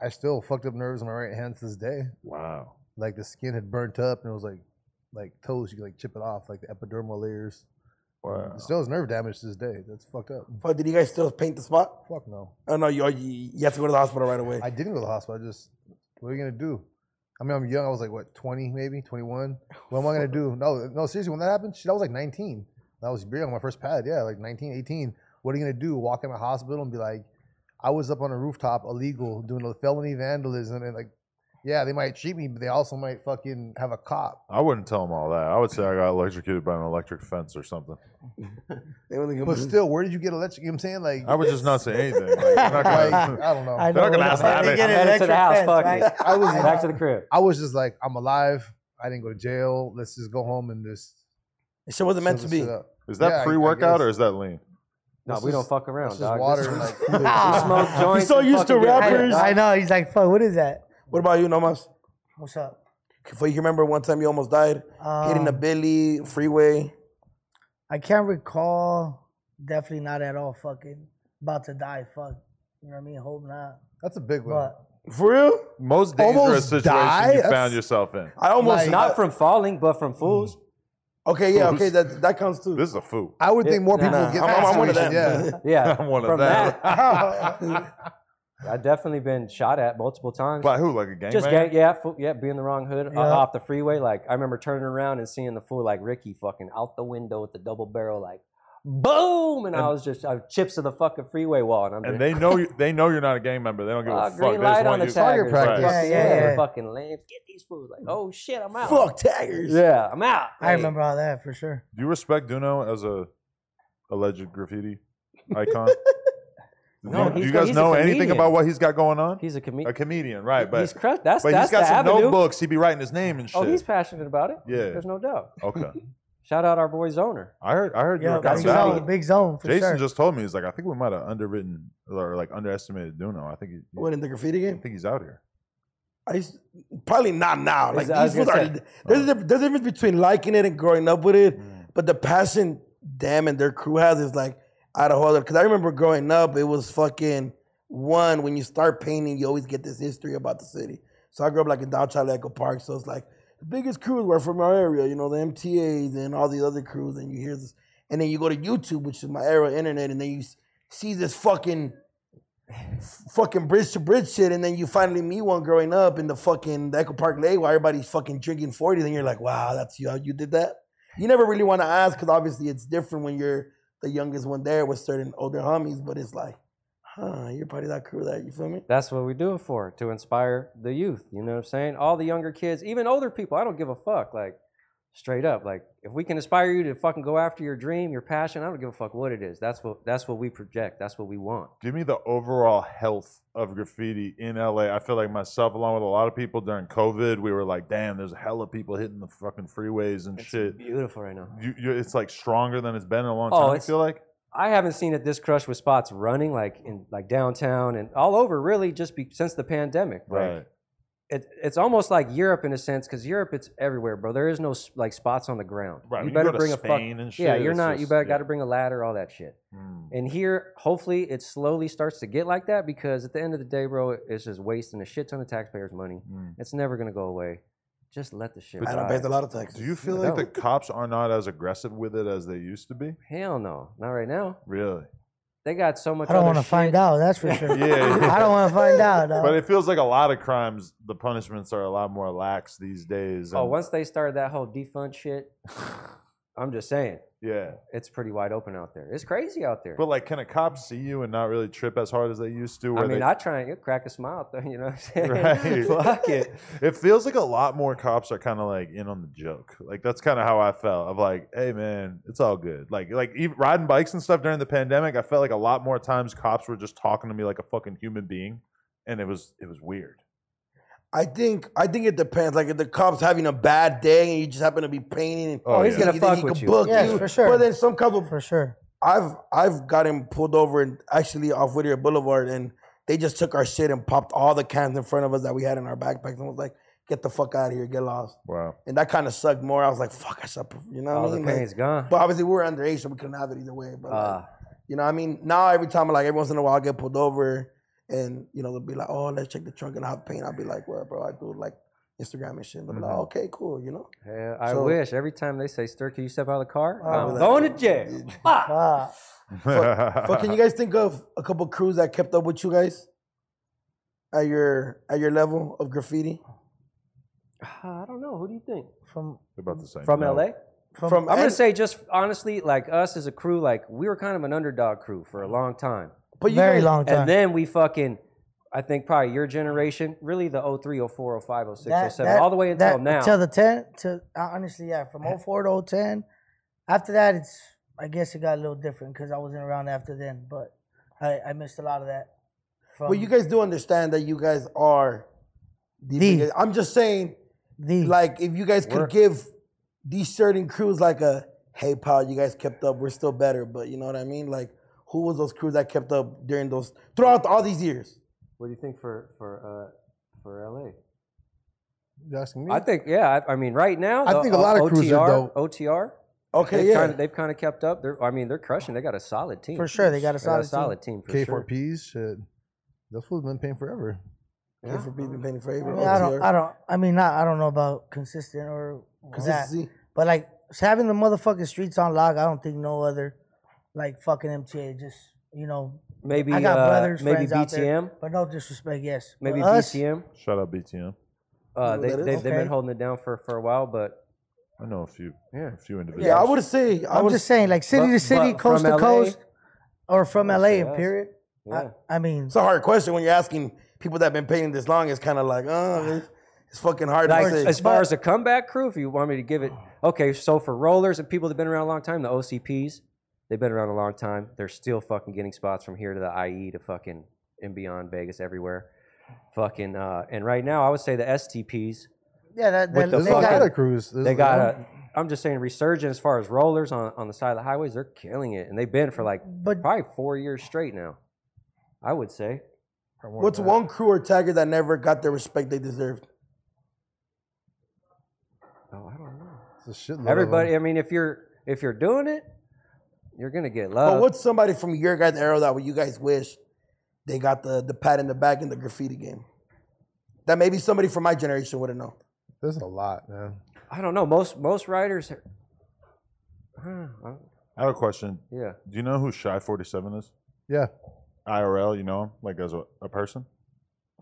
I still fucked up nerves in my right hand to this day.
Wow.
Like the skin had burnt up and it was like like toes, you could like chip it off, like the epidermal layers.
Wow.
It still has nerve damage to this day. That's fucked up.
Fuck, did you guys still paint the spot?
Fuck no.
Oh no, you, you you have to go to the hospital right away.
I didn't go to the hospital. I just, what are you gonna do? I mean, I'm young. I was like, what, 20, maybe 21. What am I gonna do? No, no, seriously. When that happened, shit, I was like 19. That was beer on my first pad. Yeah, like 19, 18. What are you gonna do? Walk in the hospital and be like, I was up on a rooftop, illegal, doing a felony vandalism, and like, yeah, they might treat me, but they also might fucking have a cop.
I wouldn't tell them all that. I would say I got electrocuted by an electric fence or something.
They only give
But
me-
still, where did you get electric? You know what I'm saying? Like,
I would just not say anything. Like, I'm (laughs) not
(laughs) like,
gonna-
I don't know. I,
They're not gonna ask that.
They get
I'm headed
an
to
electric
the house.
fence,
fuck
right?
it.
(laughs)
was
Back to the crib.
I was just like, I'm alive. I didn't go to jail. Let's just go home and just.
This shit wasn't meant
chill
to
this
be.
shit out.
Is that
Yeah, I- I
pre-workout
guess.
or is that lean?
No,
This
we don't
is-
fuck around,
This is
dog.
water.
This is-
like,
we (laughs)
through
smoke joints.
so
and
used to
fucking get high,
rappers.
dog.
I know. He's like, fuck, what is that?
What about you, Nomas?
What's up?
Fuck, you remember one time you almost died hitting a
Um,
Billy freeway?
I can't recall. Definitely not at all. Fucking about to die. Fuck. You know what I mean? Hope not.
That's a big one.
But
For real?
Most dangerous
Almost
situation
die?
you
That's-
found yourself in.
I almost
Like-
Not from falling, but from fools.
Okay, yeah, okay, that that counts too.
This is a fool.
I would
Yeah,
think more
nah.
people would get
I'm,
that
I'm one of them.
situation,
Yeah,
(laughs) I'm one of
from
them.
that. I've definitely been shot at multiple times.
(laughs) By who? Like a gang?
just gang, yeah, fool, yeah, being the wrong hood uh,
Yeah.
off the freeway. Like I remember turning around and seeing the fool like Ricky fucking out the window with the double barrel, like boom, and, I
And-
was just I chips to the fucking freeway wall, and I'm
And
there.
they know you, they know you're not a gang member. They don't give
Ah,
a fuck. They
green
just
light on
want
the
you-
Target
tagger.
practice.
Fuck
Yeah, yeah, yeah.
Fucking lambs, get these fools. Like, oh shit, I'm out.
Fuck taggers.
Yeah, I'm out.
I remember all that for sure.
Do you respect Duno as a alleged
(laughs)
graffiti icon?
No,
do you, do
he's
you
got-
guys
he's a
know anything
comedian.
about what he's got going on?
He's a comedian.
a comedian, right? But
he's crushed. That's
but he's
that's
got
the
some
avenue.
notebooks. He'd be writing his name and shit.
Oh, he's passionate about it.
yeah.
There's no doubt.
Okay.
Shout out our boy Zoner.
I heard. I heard you
Yeah,
were kind
big
of out.
zone, big zone for
Jason
sure.
just told me he's like, I think we might have underwritten or like underestimated Duno. I think he,
What in the graffiti
I
game?
think he's out here.
I used probably not now. Like
Is- I was
these fools
gonna uh,
are. There's a, there's a difference between liking it and growing up with it,
Mm.
but the passion damn and their crew has is like out of hold Because I remember growing up, it was fucking one when you start painting, you always get this history about the city. So I grew up like in downtown Echo Park, so it's like the biggest crews were from our area, you know, the MTAs and all the other crews, and you hear this, and then you go to YouTube, which is my era internet, and then you s- see this fucking fucking bridge to bridge shit, and then you finally meet one growing up in the fucking the Echo Park Lake where everybody's fucking drinking 40s, and you're like, wow, that's you, you did that? You never really want to ask because obviously it's different when you're the youngest one there with certain older homies, but it's like, huh, you're part of that crew that, you feel me?
That's what we do it for, to inspire the youth. You know what I'm saying? All the younger kids, even older people, I don't give a fuck. Like, straight up, like, if we can inspire you to fucking go after your dream, your passion, I don't give a fuck what it is. That's what that's what we project. That's what we want.
Give me the overall health of graffiti in LA. I feel like myself, along with a lot of people during COVID, we were like, damn, there's a hell of people hitting the fucking freeways and
It's
shit.
beautiful right now.
You, you, it's like stronger than it's been in a long
Oh,
time. I
it's-
feel like
I haven't seen it this crush with spots running like in like downtown and all over really just be, since the pandemic. Like, it, it's almost like Europe in a sense because Europe it's everywhere, bro. There is no s- like spots on the ground.
right.
You
when
better
go to
bring a fuck.
Spain and shit.
yeah, you're
it's
not. you
just-
better
yeah.
got to bring a ladder, all that shit.
Mm.
And here, hopefully, it slowly starts to get like that because at the end of the day, bro, it's just wasting a shit ton of taxpayers' money.
Mm.
It's never gonna go away. Just let the shit.
But
I don't
ride.
pay a lot of taxes.
Do you feel
I
like the cops are not as aggressive with it as they used to be?
Hell no, not right now.
Really?
They got so much.
I don't
want to
find out. That's for sure. (laughs)
Yeah.
I don't want to find out. dawg.
But it feels like a lot of crimes, the punishments are a lot more lax these days.
Oh,
and-
once they started that whole
(sighs)
defund shit, I'm just saying,
Yeah.
it's pretty wide open out there. It's crazy out there.
But like, can a cop see you and not really trip as hard as they used to?
I
where
mean,
they-
I (laughs) try and crack a smile, though, (laughs) you know what I'm
(laughs)
saying?
Right.
(laughs) Fuck it.
it feels like a lot more cops are kind of like in on the joke. Like that's kind of how I felt. Of like, hey man, it's all good. Like like even riding bikes and stuff during the pandemic, I felt like a lot more times cops were just talking to me like a fucking human being, and it was it was weird.
I think I think it depends. Like if the cop's having a bad day and you just happen to be painting, and
Oh, he's
think-
gonna
think
fuck
he
with
could
you.
book
Yes,
you.
for sure.
But then some cops will
for sure.
I've I've gotten pulled over and actually off Whittier Boulevard, and they just took our shit and popped all the cans in front of us that we had in our backpacks, and was like, "Get the fuck out of here, get lost."
Wow.
And that kind of sucked more. I was like, "Fuck, I should," you know
All
what (laughs) I
the
mean? Like,
pain's gone.
but obviously, we were underage, so we couldn't have it either way. But like,
Uh,
you know, what I mean, now every time, like every once in a while, I get pulled over, and you know, they'll be like, "Oh, let's check the trunk and have paint." I'll be like, "Well, bro, I do like Instagram and shit." They'll be like,
Mhm.
"Okay, cool," you know.
hell, I
So-
wish every time they say, Stir, can you step out of the car?
Oh,
I'm
that-
going to jail. Fuck.
Ah,
Fuck, can you guys think of a couple crews that kept up with you guys at your at your level of graffiti
I don't know. Who do you think?
from
(laughs) about the same
From
No.
LA?
from,
I'm going
and-
to say, just honestly, like us as a crew, like we were kind of an underdog crew for a long time.
but you
very
guys-
long time.
And then we fucking, I think probably your generation, really the 03, 04, 05, 06, 07, all the way until
that-
now.
Until the 10, to uh, honestly, yeah,
(laughs)
from 04 to 010. After that, it's, I guess it got a little different because I wasn't around after then, but I, I missed a lot of that. From
But you guys do understand that you guys are the,
The-
biggest- I'm just saying,
(clears throat) the,
like, if you guys could
We're-
give these certain crews like a hey pal, you guys kept up, we're still better, but you know what I mean? Like, who was those crews that kept up during those throughout all these years?
what do you think for, for, uh, for LA?
(laughs)
You asking me?
I think, yeah. I, I mean, right now,
I
the
think a lot of
OTR,
crews are dope.
OTR,
Okay,
they've
yeah.
kind of they've kind of kept up. They're, I mean, they're crushing. They got a solid team
For sure, they got a solid team.
solid team. for sure.
K4Ps, shit. Those fools been paying forever.
Yeah.
for being painting
I,
favor.
mean, I don't,
OTR,
I don't, I mean, not, I don't know about consistent or that,
consistency.
but like having the motherfucking streets on lock, I don't think no other, like fucking MTA, just, you know,
Maybe
I got
uh,
brothers,
maybe
friends out there.
BTM,
but no disrespect, yes. But
maybe
us,
BTM.
Shout out BTM.
Uh,
know
they,
who
they,
that is?
They've been
Okay.
holding it down for, for a while, but
I know a few,
Yeah.
a few individuals.
Yeah, I would say I
I'm
would
just saying, like city
But-
to city,
but
coast
from
to
LA?
coast, or from
Yes,
LA.
yes.
Period.
Yeah.
I, I mean,
It's a hard question when you're asking people that have been painting this long. It's kind of like, uh, it's, it's fucking hard
Like,
to say.
as far as a comeback crew, if you want me to give it, okay. So for rollers and people that've been around a long time, the OCPs, they've been around a long time. They're still fucking getting spots from here to the IE to fucking and beyond Vegas everywhere. Fucking uh, and right now, I would say the STPs.
yeah, that,
With the
There's
that, they
a
fucking-
lot
got
of crews. There's
They
a-
got a. I'm just saying resurgence as far as rollers on, on the side of the highways. They're killing it, and they've been for like
but
probably four years straight now. I would say
I want
What's
that.
one crew or tagger that never got the respect they deserved?
It's a shitload of
everybody.
them.
I mean, if you're if you're doing it, you're gonna get love.
But what's somebody from your guys' era that you guys wish they got the the pat in the back in the graffiti game? That maybe somebody from my generation wouldn't know.
There's a lot, man.
I don't know. Most most writers. Huh, I-
I have a question.
yeah.
Do you know who Shy Forty Seven is?
Yeah.
IRL, you know him, like as a, a person.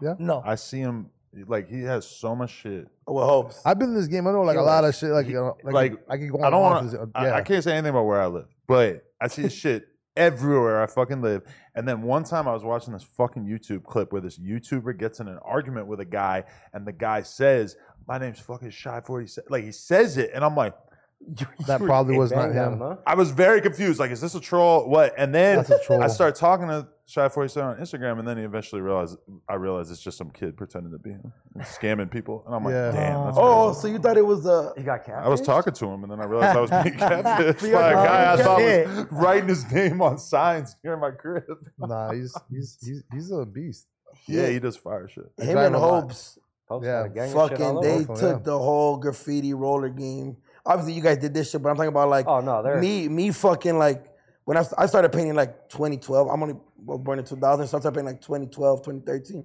no,
I see him, like he has so much shit.
Well, Oh, hopes.
I've been in this game. I know like a lot of shit. Like, you know, like,
like,
I can go on.
I don't
and on
want
for-
to.
yeah.
I, I can't say anything about where I live, but I see
(laughs)
this shit everywhere I fucking live. And then one time I was watching this fucking YouTube clip where this YouTuber gets in an argument with a guy, and the guy says, "My name's fucking Shy 47." Like he says it, and I'm like, you-
That
you-
probably was
They
not
banged on
him.
huh?
I was very confused. Like, is this a troll? What? And then
That's a troll.
I started talking to Shy Forty Seven on Instagram, and then he eventually realized. I realized it's just some kid pretending to be him, and scamming people. And I'm like,
Yeah.
damn. That's
Oh, so you thought it was the
You got cat.
I was talking to him, and then I realized I was being catfished by a
Oh,
guy I thought was
shit.
writing his name on signs near my crib.
Nah, he's he's he's he's a beast.
Yeah, he does fire shit.
him
drive
and
a lot.
hopes.
Yeah,
Fucking, they
over.
took
Yeah.
the whole graffiti roller game. Obviously, you guys did this shit, but I'm talking about like
Oh no, they're
me me fucking like when I, I started painting like 2012 i'm only well, born in 2000 so i started painting like 2012 2013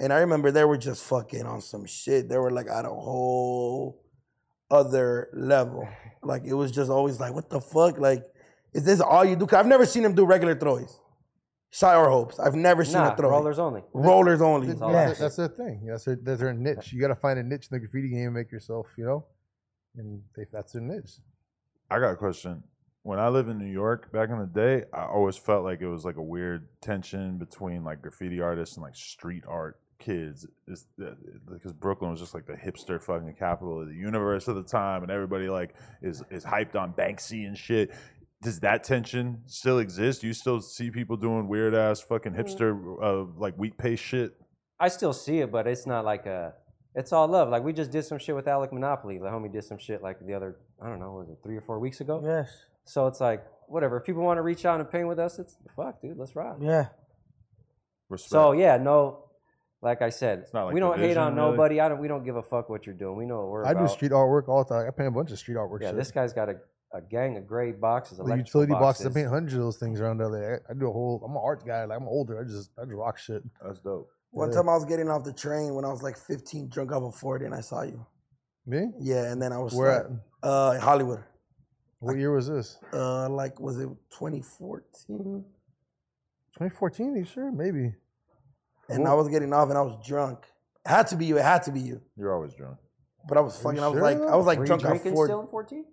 and i remember they were just fucking on some shit they were like at a whole other level like it was just always like what the fuck like is this all you do i i've never seen them do regular throws shy or hopes i've never seen
nah,
a throw
rollers only.
rollers only
Th-
all that
that's, their, that's their thing. That's their, that's their niche. You got to find a niche in the graffiti game and make yourself, you know, and they, that's their niche.
I got a question. When I lived in New York back in the day, I always felt like it was like a weird tension between like graffiti artists and like street art kids. It's, uh, because Brooklyn was just like the hipster fucking capital of the universe at the time, and everybody like is is hyped on Banksy and shit. Does that tension still exist? Do you still see people doing weird ass fucking hipster uh, like wheat paste shit?
I still see it, but it's not like a. It's all love. Like we just did some shit with Alec Monopoly. The homie did some shit like the other. I don't know, was it three or four weeks ago?
yes,
So it's like whatever. If people want to reach out and paint with us, it's fuck, dude. Let's rock.
yeah.
Respect.
So yeah, no. Like I said,
not like
we don't hate
division,
on
really.
nobody. I don't. We don't give a fuck what you're doing. We know what we're
I
about.
do street artwork all the time. I paint a bunch of street artwork.
Yeah,
shit.
this guy's got a, a gang of gray boxes,
the
electrical
utility boxes.
boxes.
I paint hundreds of those things around LA. I, I do a whole. I'm an art guy. Like I'm older. I just I just rock shit.
that's dope.
one
Yeah.
time i was getting off the train when i was like 15 drunk off a 40 and i saw you
Me?
yeah and then i was
Where
like,
at?
uh in hollywood
What year was this?
uh like was it 2014
2014? You sure? Maybe.
and i was getting off and i was drunk it had to be you it had to be you
You're always drunk.
but i was
you
fucking i was
sure?
like i was like
Were you
drunk off
drinking
40
still in 14?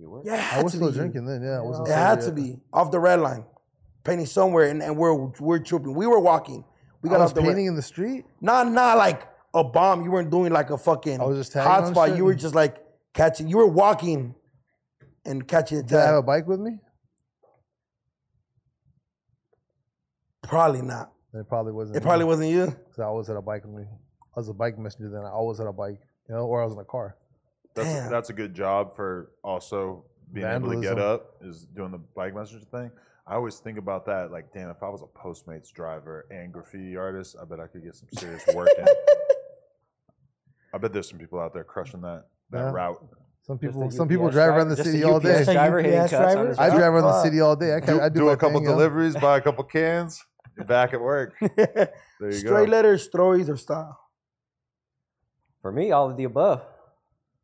You were?
yeah it had
I was
to
still
be you.
drinking then. Yeah, I
Oh,
wasn't.
it had
sober
to
yet.
be off the red line painting somewhere and, and we're we're tripping we were walking we got
I was
off the
painting
red
in the street.
not not like a bomb you weren't doing like a fucking
I was just tagging on
hotspot
shit.
you were just like catching you were walking and catching a
Did I have a
tag
bike with me?
probably not
It probably wasn't.
it probably wasn't you
because I always had a bike with me. I was a bike messenger then. I always had a bike, you know, or I was in a car.
That's
Damn.
that's a good job for also being able to get
Vandalism.
up is doing the bike messenger thing. I always think about that. Like, damn, if I was a Postmates driver and graffiti artist, I bet I could get some serious work
(laughs)
in. I bet there's some people out there crushing that that
Yeah.
route.
Some
Just a
people, some
UPS
people drive around
driver-
the
just a
city all
UPS
day.
Just a
driver hitting
UPS
cuts on
driver?
his
I
route.
drive around the
Fuck.
city all day. I, can,
Do,
I do,
do
my
a couple
thing, you know?
deliveries, buy a couple cans, you're back at work. There you
(laughs) Straight
go.
letters, stories, or style.
For me, all of the above.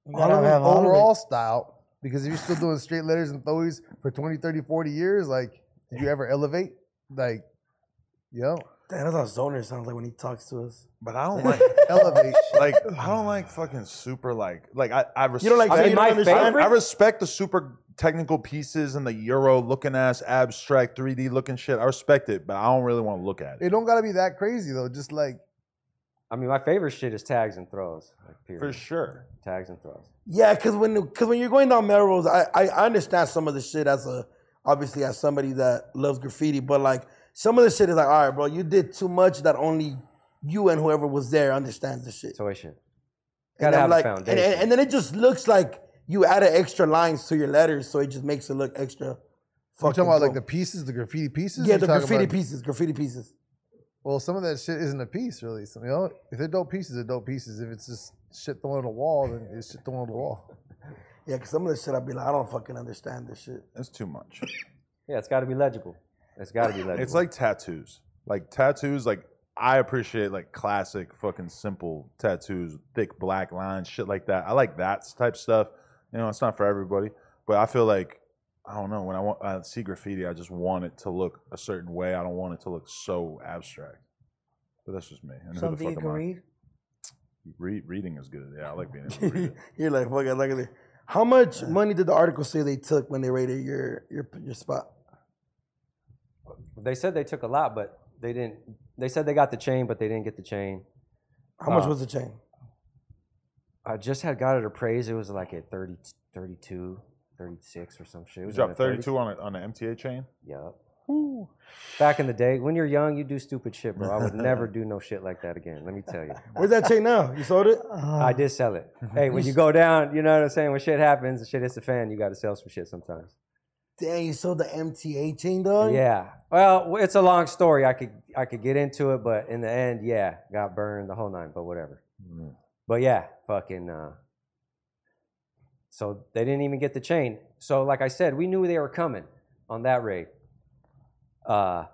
You
All
gotta
of them
have all of it.
overall style. Because if you're still doing straight letters and
(laughs)
throwies for 20, 30, 40 years, like, did you ever elevate? Like, you know,
Damn, that's how Zoner sounds like when he talks to us.
But I don't like
Elevation.
like I don't like fucking super like like I I respect.
You don't like
I,
that?
mean,
You don't
I-
understand?
I, respect the super technical pieces and the euro looking ass abstract 3D looking shit. I respect it, but I don't really want to look at it.
It don't gotta be that crazy though. Just like
I mean, my favorite shit is tags and throws. Like,
For
period.
sure.
Tags and throws.
Yeah, because when because when you're going down Melrose, I, I I understand some of the shit as a obviously as somebody that loves graffiti, but like some of the shit is like, all right, bro, you did too much that only you and whoever was there understands the shit.
Toy shit.
And
Gotta
I'm
have
like,
a
and,
foundation.
and, and then it just looks like you added extra lines to your letters, so it just makes it look extra.
you
fucking
talking about like
dope.
the pieces, the graffiti pieces.
yeah,
You
the
talking
graffiti
about-
pieces, graffiti pieces.
Well, some of that shit isn't a piece really. So, you know, if they're dope pieces, they're dope pieces. If it's just shit thrown at a wall, then it's shit thrown at a wall.
Yeah, because some of the shit I'd be like, I don't fucking understand this shit.
That's too (laughs) much.
yeah, it's gotta be legible. It's gotta be legible.
It's like tattoos. Like tattoos, like I appreciate like classic fucking simple tattoos, thick black lines, shit like that. I like that type stuff. You know, it's not for everybody, but I feel like I don't know when I want I see graffiti, I just want it to look a certain way. I don't want it to look so abstract. But that's just me. And who the
Something you
fuck
can
am I?
read.
Read, reading is good. Yeah, I like being able to
(laughs)
read it.
(laughs) You're like, fuck it, look at it. How much money did the article say they took when they rated your your your spot?
they said they took a lot, but they didn't. They said they got the chain, but they didn't get the chain.
How much
Uh,
was the chain?
I just had got it appraised. It was like at 30, 32, 36 or some shit. It
You
was
dropped 32 on a, on the MTA chain?
Yup. Back in the day, when you're young, you do stupid shit, bro. I would never do no shit like that again. Let me tell you.
Where's that chain now? You sold it?
I did sell it. Hey, when you go down, you know what I'm saying? When shit happens and shit hits the fan, you got to sell some shit sometimes.
Damn, you sold the MTA chain, dog.
Yeah. Well, it's a long story. I could I could get into it, but in the end, yeah, got burned the whole nine, but whatever.
Mm.
But yeah, fucking uh so they didn't even get the chain. So like I said, we knew they were coming on that raid. Uh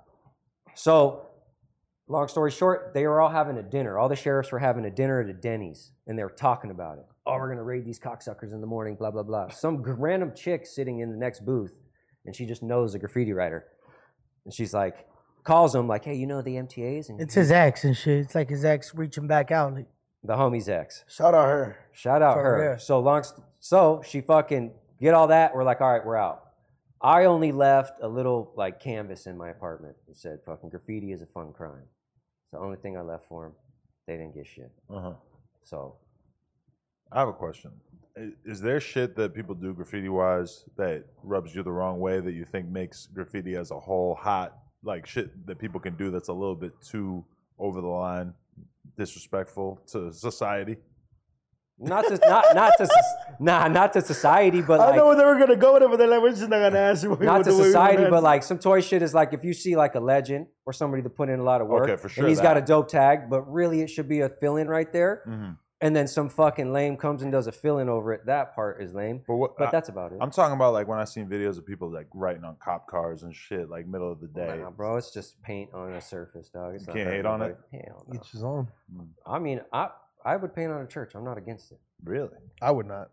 so long story short, they were all having a dinner. All the sheriffs were having a dinner at a Denny's and they were talking about it. Oh, we're gonna raid these cocksuckers in the morning, blah blah blah. Some g- random chick sitting in the next booth and she just knows a graffiti writer. And she's like, calls him like, hey, you know the MTAs and
It's his ex and shit. It's like his ex reaching back out. Like,
the homie's ex.
Shout out her.
Shout out
For
her.
real.
So long. st- So she fucking get all that. We're like, all right, we're out. I only left a little like canvas in my apartment that said, "Fucking graffiti is a fun crime." It's the only thing I left for them. They didn't get shit.
Uh-huh.
So
I have a question. I- Is there shit that people do graffiti wise that rubs you the wrong way that you think makes graffiti as a whole hot? Like shit that people can do that's a little bit too over the line, disrespectful to society?
not to not not to s- nah not to society, but
I know
like
where they were gonna go with it, but they're like, we're just not
(laughs)
gonna ask you. what-
not
what
to
the way we
society,
wanna
but
ask
like some toy shit is like if you see like a legend or somebody that put in a lot of work,
Okay, for sure,
and he's got a
that.
dope tag, but really it should be a fill in right there.
Mm-hmm.
and then some fucking lame comes and does a fill in over it. That part is lame,
But what?
but
I,
that's about it.
am talking about like when I seen videos of people like writing on cop cars and shit, like middle of the day.
Oh, Nah, bro, it's just paint on a surface, dog. It's
You
not
can't
hurting
hate on it? Mm.
nobody. Hell no.
Each his own.
I mean, I I would paint on a church. I'm not against it.
Really?
I would not.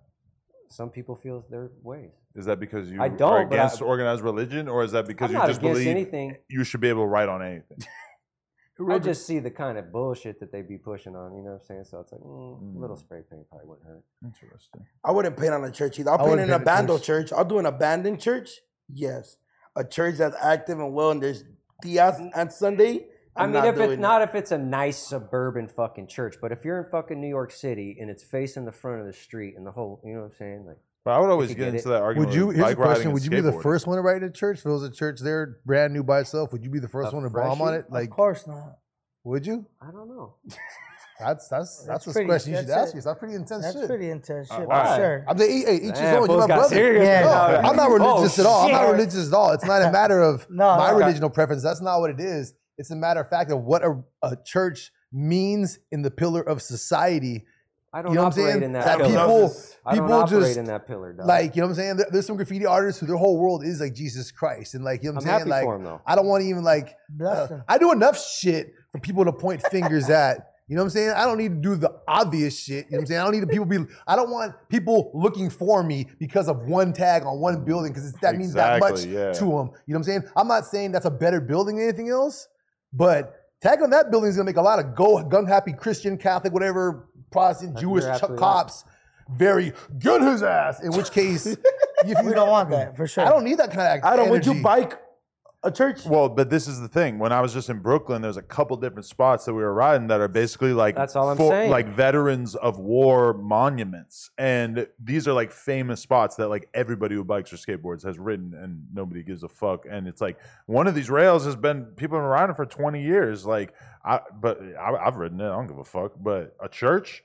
Some people feel their ways.
Is that because you
I don't,
are
but I-
against organized religion, or is that because
I'm
you
not
just
against
believe
anything.
you should be able to write on anything?
I just see the kind of bullshit that they be pushing on. You know what I'm saying? So it's like, mm, a little
Mm.
spray paint probably wouldn't hurt.
Interesting.
I wouldn't paint on a church either. I'll
I
paint
wouldn't
in an
paint a
abandoned
church.
church. I'll do an abandoned church. Yes. A church that's active and well and there's Diaz on Sunday.
i
I'm
mean, if
doing
it's
it.
not if it's a nice suburban fucking church, but if you're in fucking New York City and it's facing the front of the street and the whole, you know what I'm saying? Like,
But I would always
could
get
get
into
it.
that argument.
Would you?
with
Here's a
bike riding
question:
and
Would you be the
skateboarding.
first one to write at a church? If it was a church there, brand new by itself, would you be the first
A
one to bomb on
freshie?
it? Like,
of course not.
would you?
I don't know.
That's that's that's,
That's
the
pretty-
question you should
that's
ask
it.
yourself. That's pretty intense
That's
shit.
pretty intense shit.
Uh,
for
alright.
sure.
I'm the each, each his
Damn,
own. You're
fools
my
got
brother.
serious
Yeah.
No,
now.
I'm not
Oh,
religious at all. I'm not
shit.
religious at all. It's not a matter of
(laughs) No,
my
no.
religious preference. That's not what it is. It's a matter of fact of what a, a church means in the pillar of society.
I don't
You know what I'm
operate
saying?
in that,
That
pillar.
people,
I don't
people
operate
just
in that pillar, dog.
like you know what I'm saying. There- There's some graffiti artists who their whole world is like Jesus Christ, and like you know
I'm
what I'm
happy
saying. Like
for him though.
I don't want to even like
Bless him.
Uh, I do enough shit for people to point fingers at. You know what I'm saying? I don't need to do the obvious shit. You know what I'm saying? I don't need to people be. I don't want people looking for me because of one tag on one building because that means that much
Exactly, yeah.
to them. You know what I'm saying? I'm not saying that's a better building than anything else, but Tackling that building is going to make a lot of go gun happy Christian, Catholic, whatever, Protestant,
you're
Jewish ch-
absolutely right.
cops very gun his ass. In which
(laughs)
case, if
We don't want that for sure.
I don't need that kind of. Act-
I don't. Would
energy.
you bike a church?
Well, but this is the thing. When I was just in Brooklyn, there's a couple different spots that we were riding that are basically like
That's all I'm saying.
like veterans of war monuments, and these are like famous spots that like everybody who bikes or skateboards has ridden, and nobody gives a fuck. And it's like one of these rails has been people have been riding for 20 years. Like I, but I, I've ridden it. I don't give a fuck. But a church.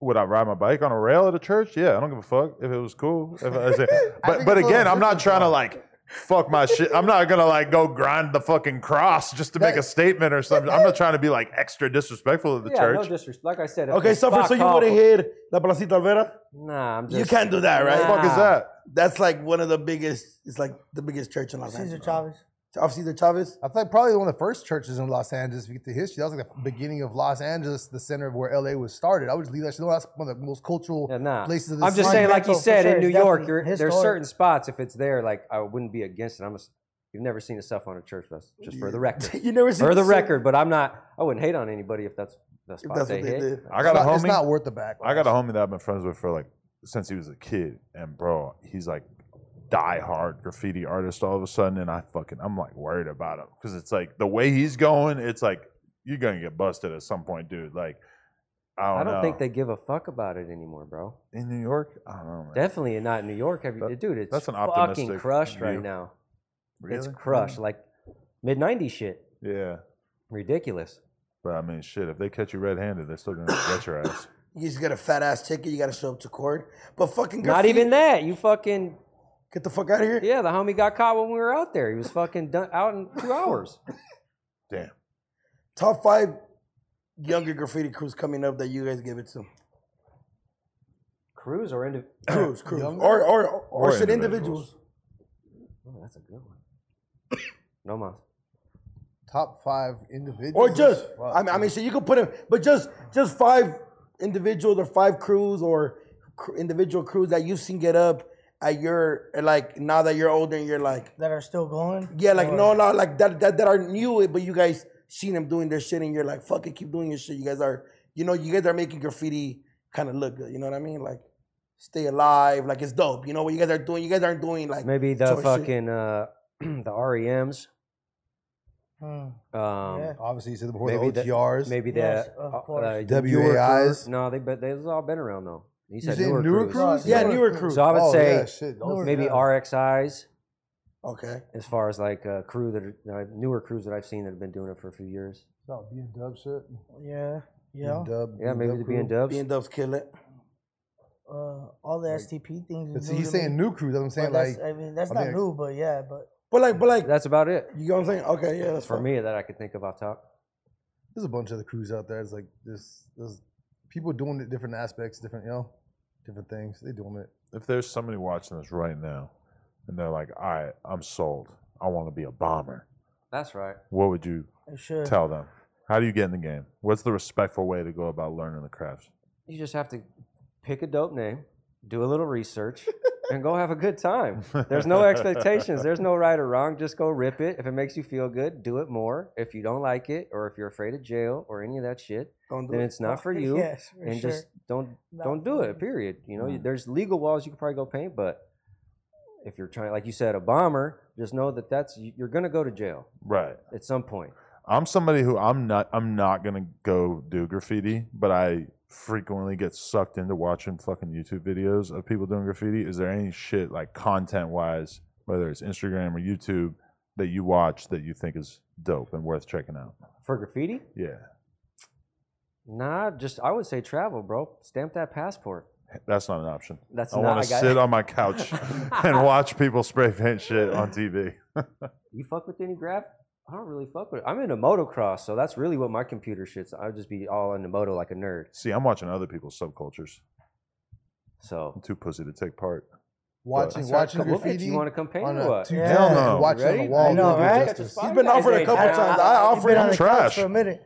Would I ride my bike on a rail at a church? Yeah, I don't give a fuck if it was cool. If I, I say, but
think
but
it's a
again,
little
I'm not
different,
trying to
though.
like fuck my shit. I'm not gonna like go grind the fucking cross just to make a
That-
statement or something. I'm not trying to be like extra disrespectful to the
yeah, no
church.
disrespect. Like I said, if
Okay,
it's
suffer. So
fuck
you
off-
wouldn't hit La Placita Alvera.
Nah, I'm just.
You can't do that,
What
right?
the fuck is
Nah.
that?
That's like one of the biggest. It's like the biggest church in Los
Cesar
Angeles.
Chavez.
Off Cesar
(laughs)
Chavez.
That's like probably one of the first churches in Los Angeles. If you get the history, that was like the beginning of Los Angeles, the center of where LA was started. I would just leave that shit alone. That's one of the most cultural
Yeah, nah.
places of the
I'm just saying, like you
Monumental, for
said,
sure,
in New
it's
York,
definitely
you're, there's
historic.
certain spots. If it's there, like I wouldn't be against it. I'm. A, you've never seen a self on a church bus, just for the record.
you never seen
for the
so-
record, but I'm not. I wouldn't hate on anybody if that's the
If
spot
that's
they
what they
hit.
did.
I got a
not, It's
homie.
not worth the back.
I got a homie that I've been friends with for like since he was a kid, and bro, he's like die-hard graffiti artist all of a sudden, and I fucking I'm like worried about him because it's like the way he's going, it's like you're gonna get busted at some point, dude. Like I don't,
I don't
know.
think they give a fuck about it anymore, bro.
in New York. I don't know. Man.
Definitely not in New York. Have you,
That-
dude? It's
that's an
fucking
optimistic
crushed
view.
right now. It's
Really? Hmm.
crushed like mid '90s shit.
Yeah.
Ridiculous.
But I mean, shit, if they catch you red-handed, they're still gonna get your ass.
You just got a fat ass ticket. You got to show up to court. But fucking
Not
graffiti-
even that. You fucking
Get the fuck out of here.
yeah. The homie got caught when we were out there. He was fucking done, out in two hours.
Damn.
Top five younger graffiti crews coming up that you guys give it to.
Cruise or into.
Crews, crews,
Younger?
or or or,
Or
should
individuals.
individuals.
Oh, that's a good one. (coughs) No mas.
Top five individuals.
or just
Fuck,
I mean, I mean, so you could put him, but just just five individuals or five crews or cr- individual crews that you've seen get up at your like now that you're older and you're like
that are still going.
yeah like
Or-
no no like that that that are new but you guys seen them doing their shit and you're like fuck it keep doing your shit you guys are you know you guys are making graffiti kind of look good you know what I mean like stay alive like it's dope you know what you guys are doing you guys aren't doing like
Maybe the
sort of shit.
fucking uh, (clears throat) the REMs.
Hmm.
Um,
Yeah.
obviously you said before the
maybe that-
OTRs.
Maybe the
Yes,
uh,
of
uh,
course.
the
WAIs.
newer crew- No, they but they've all been around though. He
you
said
said
newer, crews.
crews?
yeah newer crews
So I would
Oh,
say
yeah, shit. those-
maybe
yeah.
RXIs
okay
as far as like uh, crew that are, uh, newer crews that I've seen that have been doing it for a few years.
No, B and Dub shit.
Yeah. Yeah.
B&W,
Yeah, maybe the B
Mm, crew.
and Dubs.
being dubs kill it
Uh, all the STP things.
But
is
see,
new
he's
to me,
saying new crews. That's what I'm
but
saying.
that's-
Like,
I mean, that's
I
not
mean-
new, but yeah, but
but like but like
That's about it
You know what I'm saying? Okay, yeah, that's
for
fine.
me that I could think of off top.
there's a bunch of the crews out there. It's like this, there's people doing it different aspects, different, you know, different things. They doing it.
If there's somebody watching this right now, and they're like, "All right, I'm sold. I want to be a bomber,"
That's right.
what would you
it should.
tell them? How do you get in the game? What's the respectful way to go about learning the craft?
You just have to pick a dope name, do a little research, and go have a good time. There's no expectations. There's no right or wrong. Just go rip it. If it makes you feel good, do it more. If you don't like it, or if you're afraid of jail or any of that shit,
Don't do
then
it.
it's not for you.
(laughs) Yes, for
and
sure.
just don't
Not
don't do
for
it.
me.
Period. You know, you- there's legal walls you could probably go paint, but if you're trying, like you said, a bomber, just know that that's you- you're gonna go to jail
(laughs) Right.
at some point.
I'm somebody who I'm not. I'm not gonna go do graffiti, but I frequently get sucked into watching fucking YouTube videos of people doing graffiti. Is there any shit like content wise, whether it's Instagram or YouTube, that you watch that you think is dope and worth checking out?
For graffiti,
Yeah,
nah, just I would say travel, bro. Stamp that passport.
that's not an option.
That's
I
not.
want to
got-
sit
(laughs)
on my couch and watch people spray paint shit on TV.
You fuck with any grab? I don't really fuck with it. I'm into motocross, so that's really what my computer shits. I'd just be all into moto like a nerd.
See, I'm watching other people's subcultures. I'm
So
too pussy to take part.
Watching,
That's right,
watching
come look at you.
graffiti.
You wanna come paint
on
or
a
what?
two
Yeah.
ten
Hell no.
and watch it on
Ready?
the
I
wall.
know,
don't do
right?
justice.
He's been offered a couple times. I
(laughs)
offered
I'm
him.
the couch
trash.
for a minute.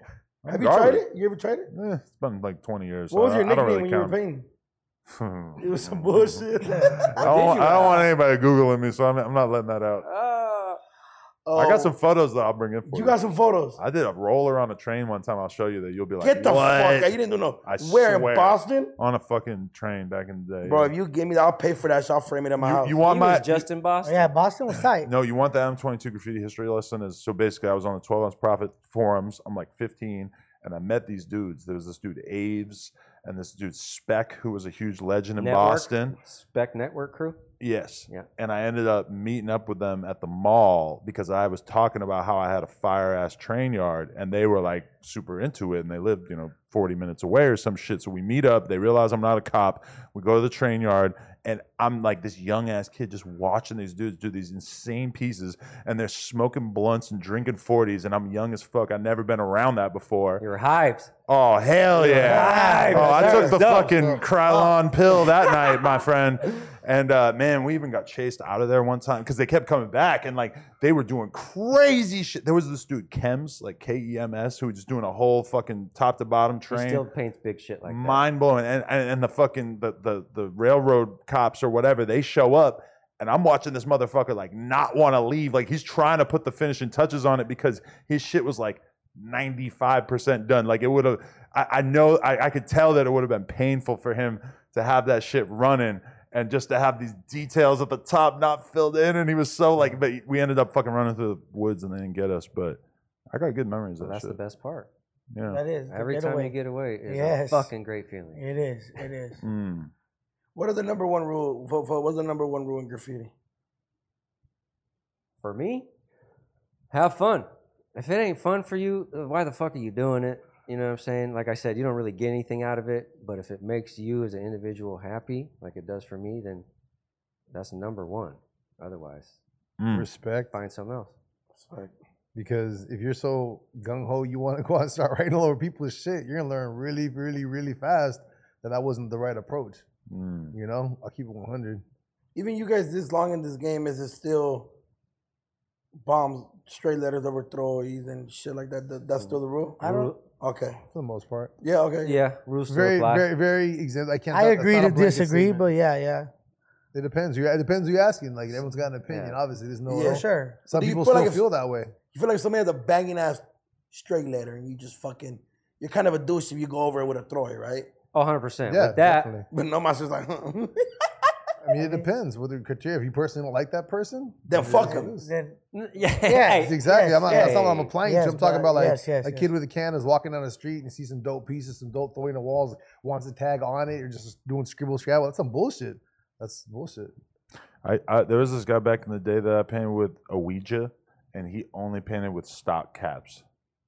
Have you
Garbage.
tried it? You ever tried it?
Eh, it's been like 20 years. so
What was
I-
your
I don't
nickname
really
when
count.
you were painting?
I
(laughs) It was
(laughs)
some bullshit.
don't, want- I don't want anybody googling me, so I'm, I'm not letting that out.
Uh,
I
Oh,
got some photos that I'll bring in for you.
You got some photos.
I did a roller on a train one time. I'll show you that. You'll be like,
Get the
"What?"
fuck out. You didn't do no.
I
Where
swear.
in Boston?
on a fucking train back in the day.
Bro, if you give me that, I'll pay for that. shit. I'll frame it in my
you,
house.
you want
he
my
was just in Boston.
Oh, Yeah, Boston was tight.
No, you want the M22 graffiti history lesson is so basically I was on the 12 ounce profit forums. I'm like 15 and I met these dudes. There was this dude Aves and this dude Spec who was a huge legend in
Network.
Boston.
Spec Network crew.
Yes.
Yeah.
And I ended up meeting up with them at the mall because I was talking about how I had a fire ass train yard and they were like super into it and they lived, you know, 40 minutes away or some shit. So we meet up, they realize I'm not a cop. We go to the train yard and I'm like this young ass kid just watching these dudes do these insane pieces and they're smoking blunts and drinking 40s and I'm young as fuck. I've never been around that before.
You were hyped.
Oh, hell yeah.
Right,
Oh, I
that
took
was
the
dope.
fucking Krylon pill that night, my friend. And uh, man, we even got chased out of there one time because they kept coming back and like they were doing crazy shit. There was this dude, Kems, like K E M S, who was just doing a whole fucking top to bottom
He
train
still paints big shit like that.
mind blowing. And, and and the fucking the, the the railroad cops or whatever they show up, and I'm watching this motherfucker like not want to leave. Like he's trying to put the finishing touches on it because his shit was like 95 percent done. Like it would have. I, I know I, I could tell that it would have been painful for him to have that shit running. And just to have these details at the top not filled in, and he was so like, but we ended up fucking running through the woods, and they didn't get us. But I got good memories
So
of that
that's the
shit.
best part.
Yeah.
That is. the
Every time
getaway.
you get away, is
Yes.
a fucking great feeling.
It is. It is.
Mm.
What are the number one rule? For, for, what's the number one rule in graffiti?
For me, have fun. If it ain't fun for you, uh, why the fuck are you doing it? You know what I'm saying? Like I said, you don't really get anything out of it, but if it makes you as an individual happy, like it does for me, then that's number one. Otherwise,
Hmm.
Mm.
Respect.
find something else.
Because if you're so gung ho, you want to (laughs) go out and start writing all over people's shit, you're gonna learn really, really, really fast that that wasn't the right approach.
Mm.
You know, I'll keep it 100.
Even you guys this long in this game is it still bombs, straight letters, overthrows, and shit like that? That- That's still the rule.
I don't.
Okay.
for the most part.
Yeah. Okay.
Yeah, rules to
Very,
apply.
very, very exempt. I can't.
I
that's
agree
not a
to
blanket
disagree, but
statement.
yeah, yeah,
it depends. You, it depends who you're asking. Like everyone's got an opinion.
Yeah.
Obviously, there's no.
Yeah,
for sure.
Some
Do you
people
feel
still
like if-
feel that way.
You feel like somebody has a banging ass straight letter, and you just fucking, you're kind of a douche if you go over it with a throw it, right?
Oh, 100%.
Yeah,
With that,
definitely.
But no master's like, (laughs) hmm, then
I
(laughs)
mean, it depends. Whether criteria, if you personally don't like that person,
fuck
it
him.
(laughs)
is.
Then
N- (laughs) yeah,
It's exactly. I'm not, That's not what I'm
Hey.
applying
Yes,
to. I'm talking
but-
about like
yes, yes,
a
yes.
kid with a can is walking down the street and see some dope pieces, some dope throwing the walls, wants a tag on it, or just doing scribble scrabble. That's some bullshit. That's bullshit.
I, I there was this guy back in the day that I painted with a Ouija, and he only painted with stock caps.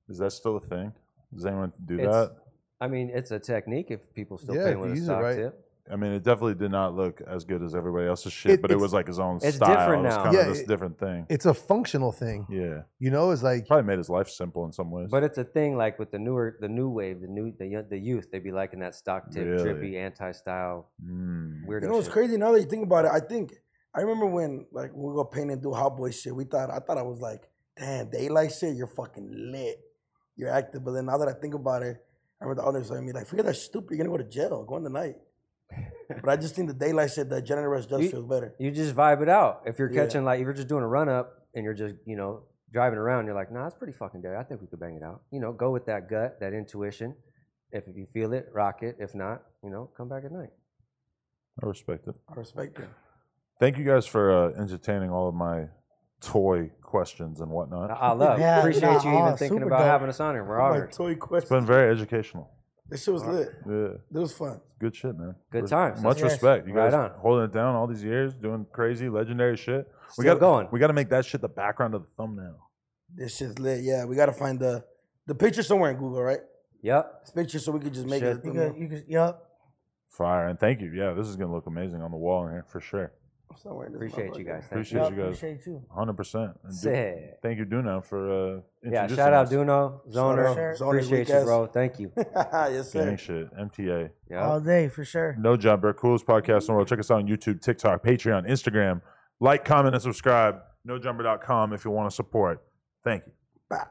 Is that still a thing? Does anyone do
It's-
that?
I mean, it's a technique if people still
Yeah,
pay
if
with
you
a
use it
stock
right.
tip.
I mean, it definitely did not look as good as everybody else's shit,
It-
but it
it's-
was like his own
it's
style.
different
it was
now.
kind
Yeah,
of this
it-
different thing.
It's a functional thing.
yeah,
You know, it's like
probably made his life simple in some ways.
But it's a thing like with the newer, the new wave, the new, the, yo- the youth, they be liking that stock tip,
Really?
drippy, anti-style,
Mm.
weirdo.
You know what's
shit.
crazy now that you think about it? I think I remember when like we go paint and do hot boy shit. We thought I thought I was like, damn, daylight shit, you're fucking lit. You're active. But then now that I think about it, I remember the others telling me like, forget that stupid, you're gonna go to jail, go in the night. but I just think the daylight shit that general rush does
You-
feels better.
You just vibe it out. If you're
Yeah.
catching like, if you're just doing a run up and you're just, you know, driving around, you're like, nah, that's pretty fucking dead. I think we could bang it out. You know, go with that gut, that intuition. If you feel it, rock it. If not, you know, come back at night.
I respect it.
I respect it.
Thank you guys for uh, entertaining all of my toy questions and whatnot.
I, I love.
Yeah,
Appreciate
nah,
you even
oh,
thinking
super
about
dope.
having us on
(laughs)
here. We're
My
honored.
toy
it's
question.
been very educational.
This shit was lit.
Yeah,
It was fun.
good shit, man.
Good
Res-
times.
Much
Yes.
respect. You
Right
guys
on.
holding it down all these years, doing crazy, legendary shit.
Still
gotta-
going.
We got to make that shit the background of the thumbnail.
This shit's lit. Yeah, we gotta find the the picture somewhere in Google, right?
Yep.
(laughs) This picture so we could just make
Shit.
it.
you could, you could, yup.
Fire and thank you. Yeah, this is gonna look amazing on the wall in here for sure.
somewhere in this
Appreciate you
motherfucker.
guys. Thank
Appreciate
yup,
you guys.
Appreciate you.
100. percent
Sick.
Thank you, Duno, for uh,
Yeah.
introducing
Shout out
us.
Duno
Shout out
Zoner.
Zoner, weak
Appreciate you,
ass.
bro. Thank you.
(laughs) yes, sir.
Gang shit, MTA,
Yeah.
All day for sure.
No Jumper, coolest podcast in the world. Check us out on YouTube, TikTok, Patreon, Instagram. Like, comment, and subscribe. NoJumper.com if you want to support. Thank you.
Bow.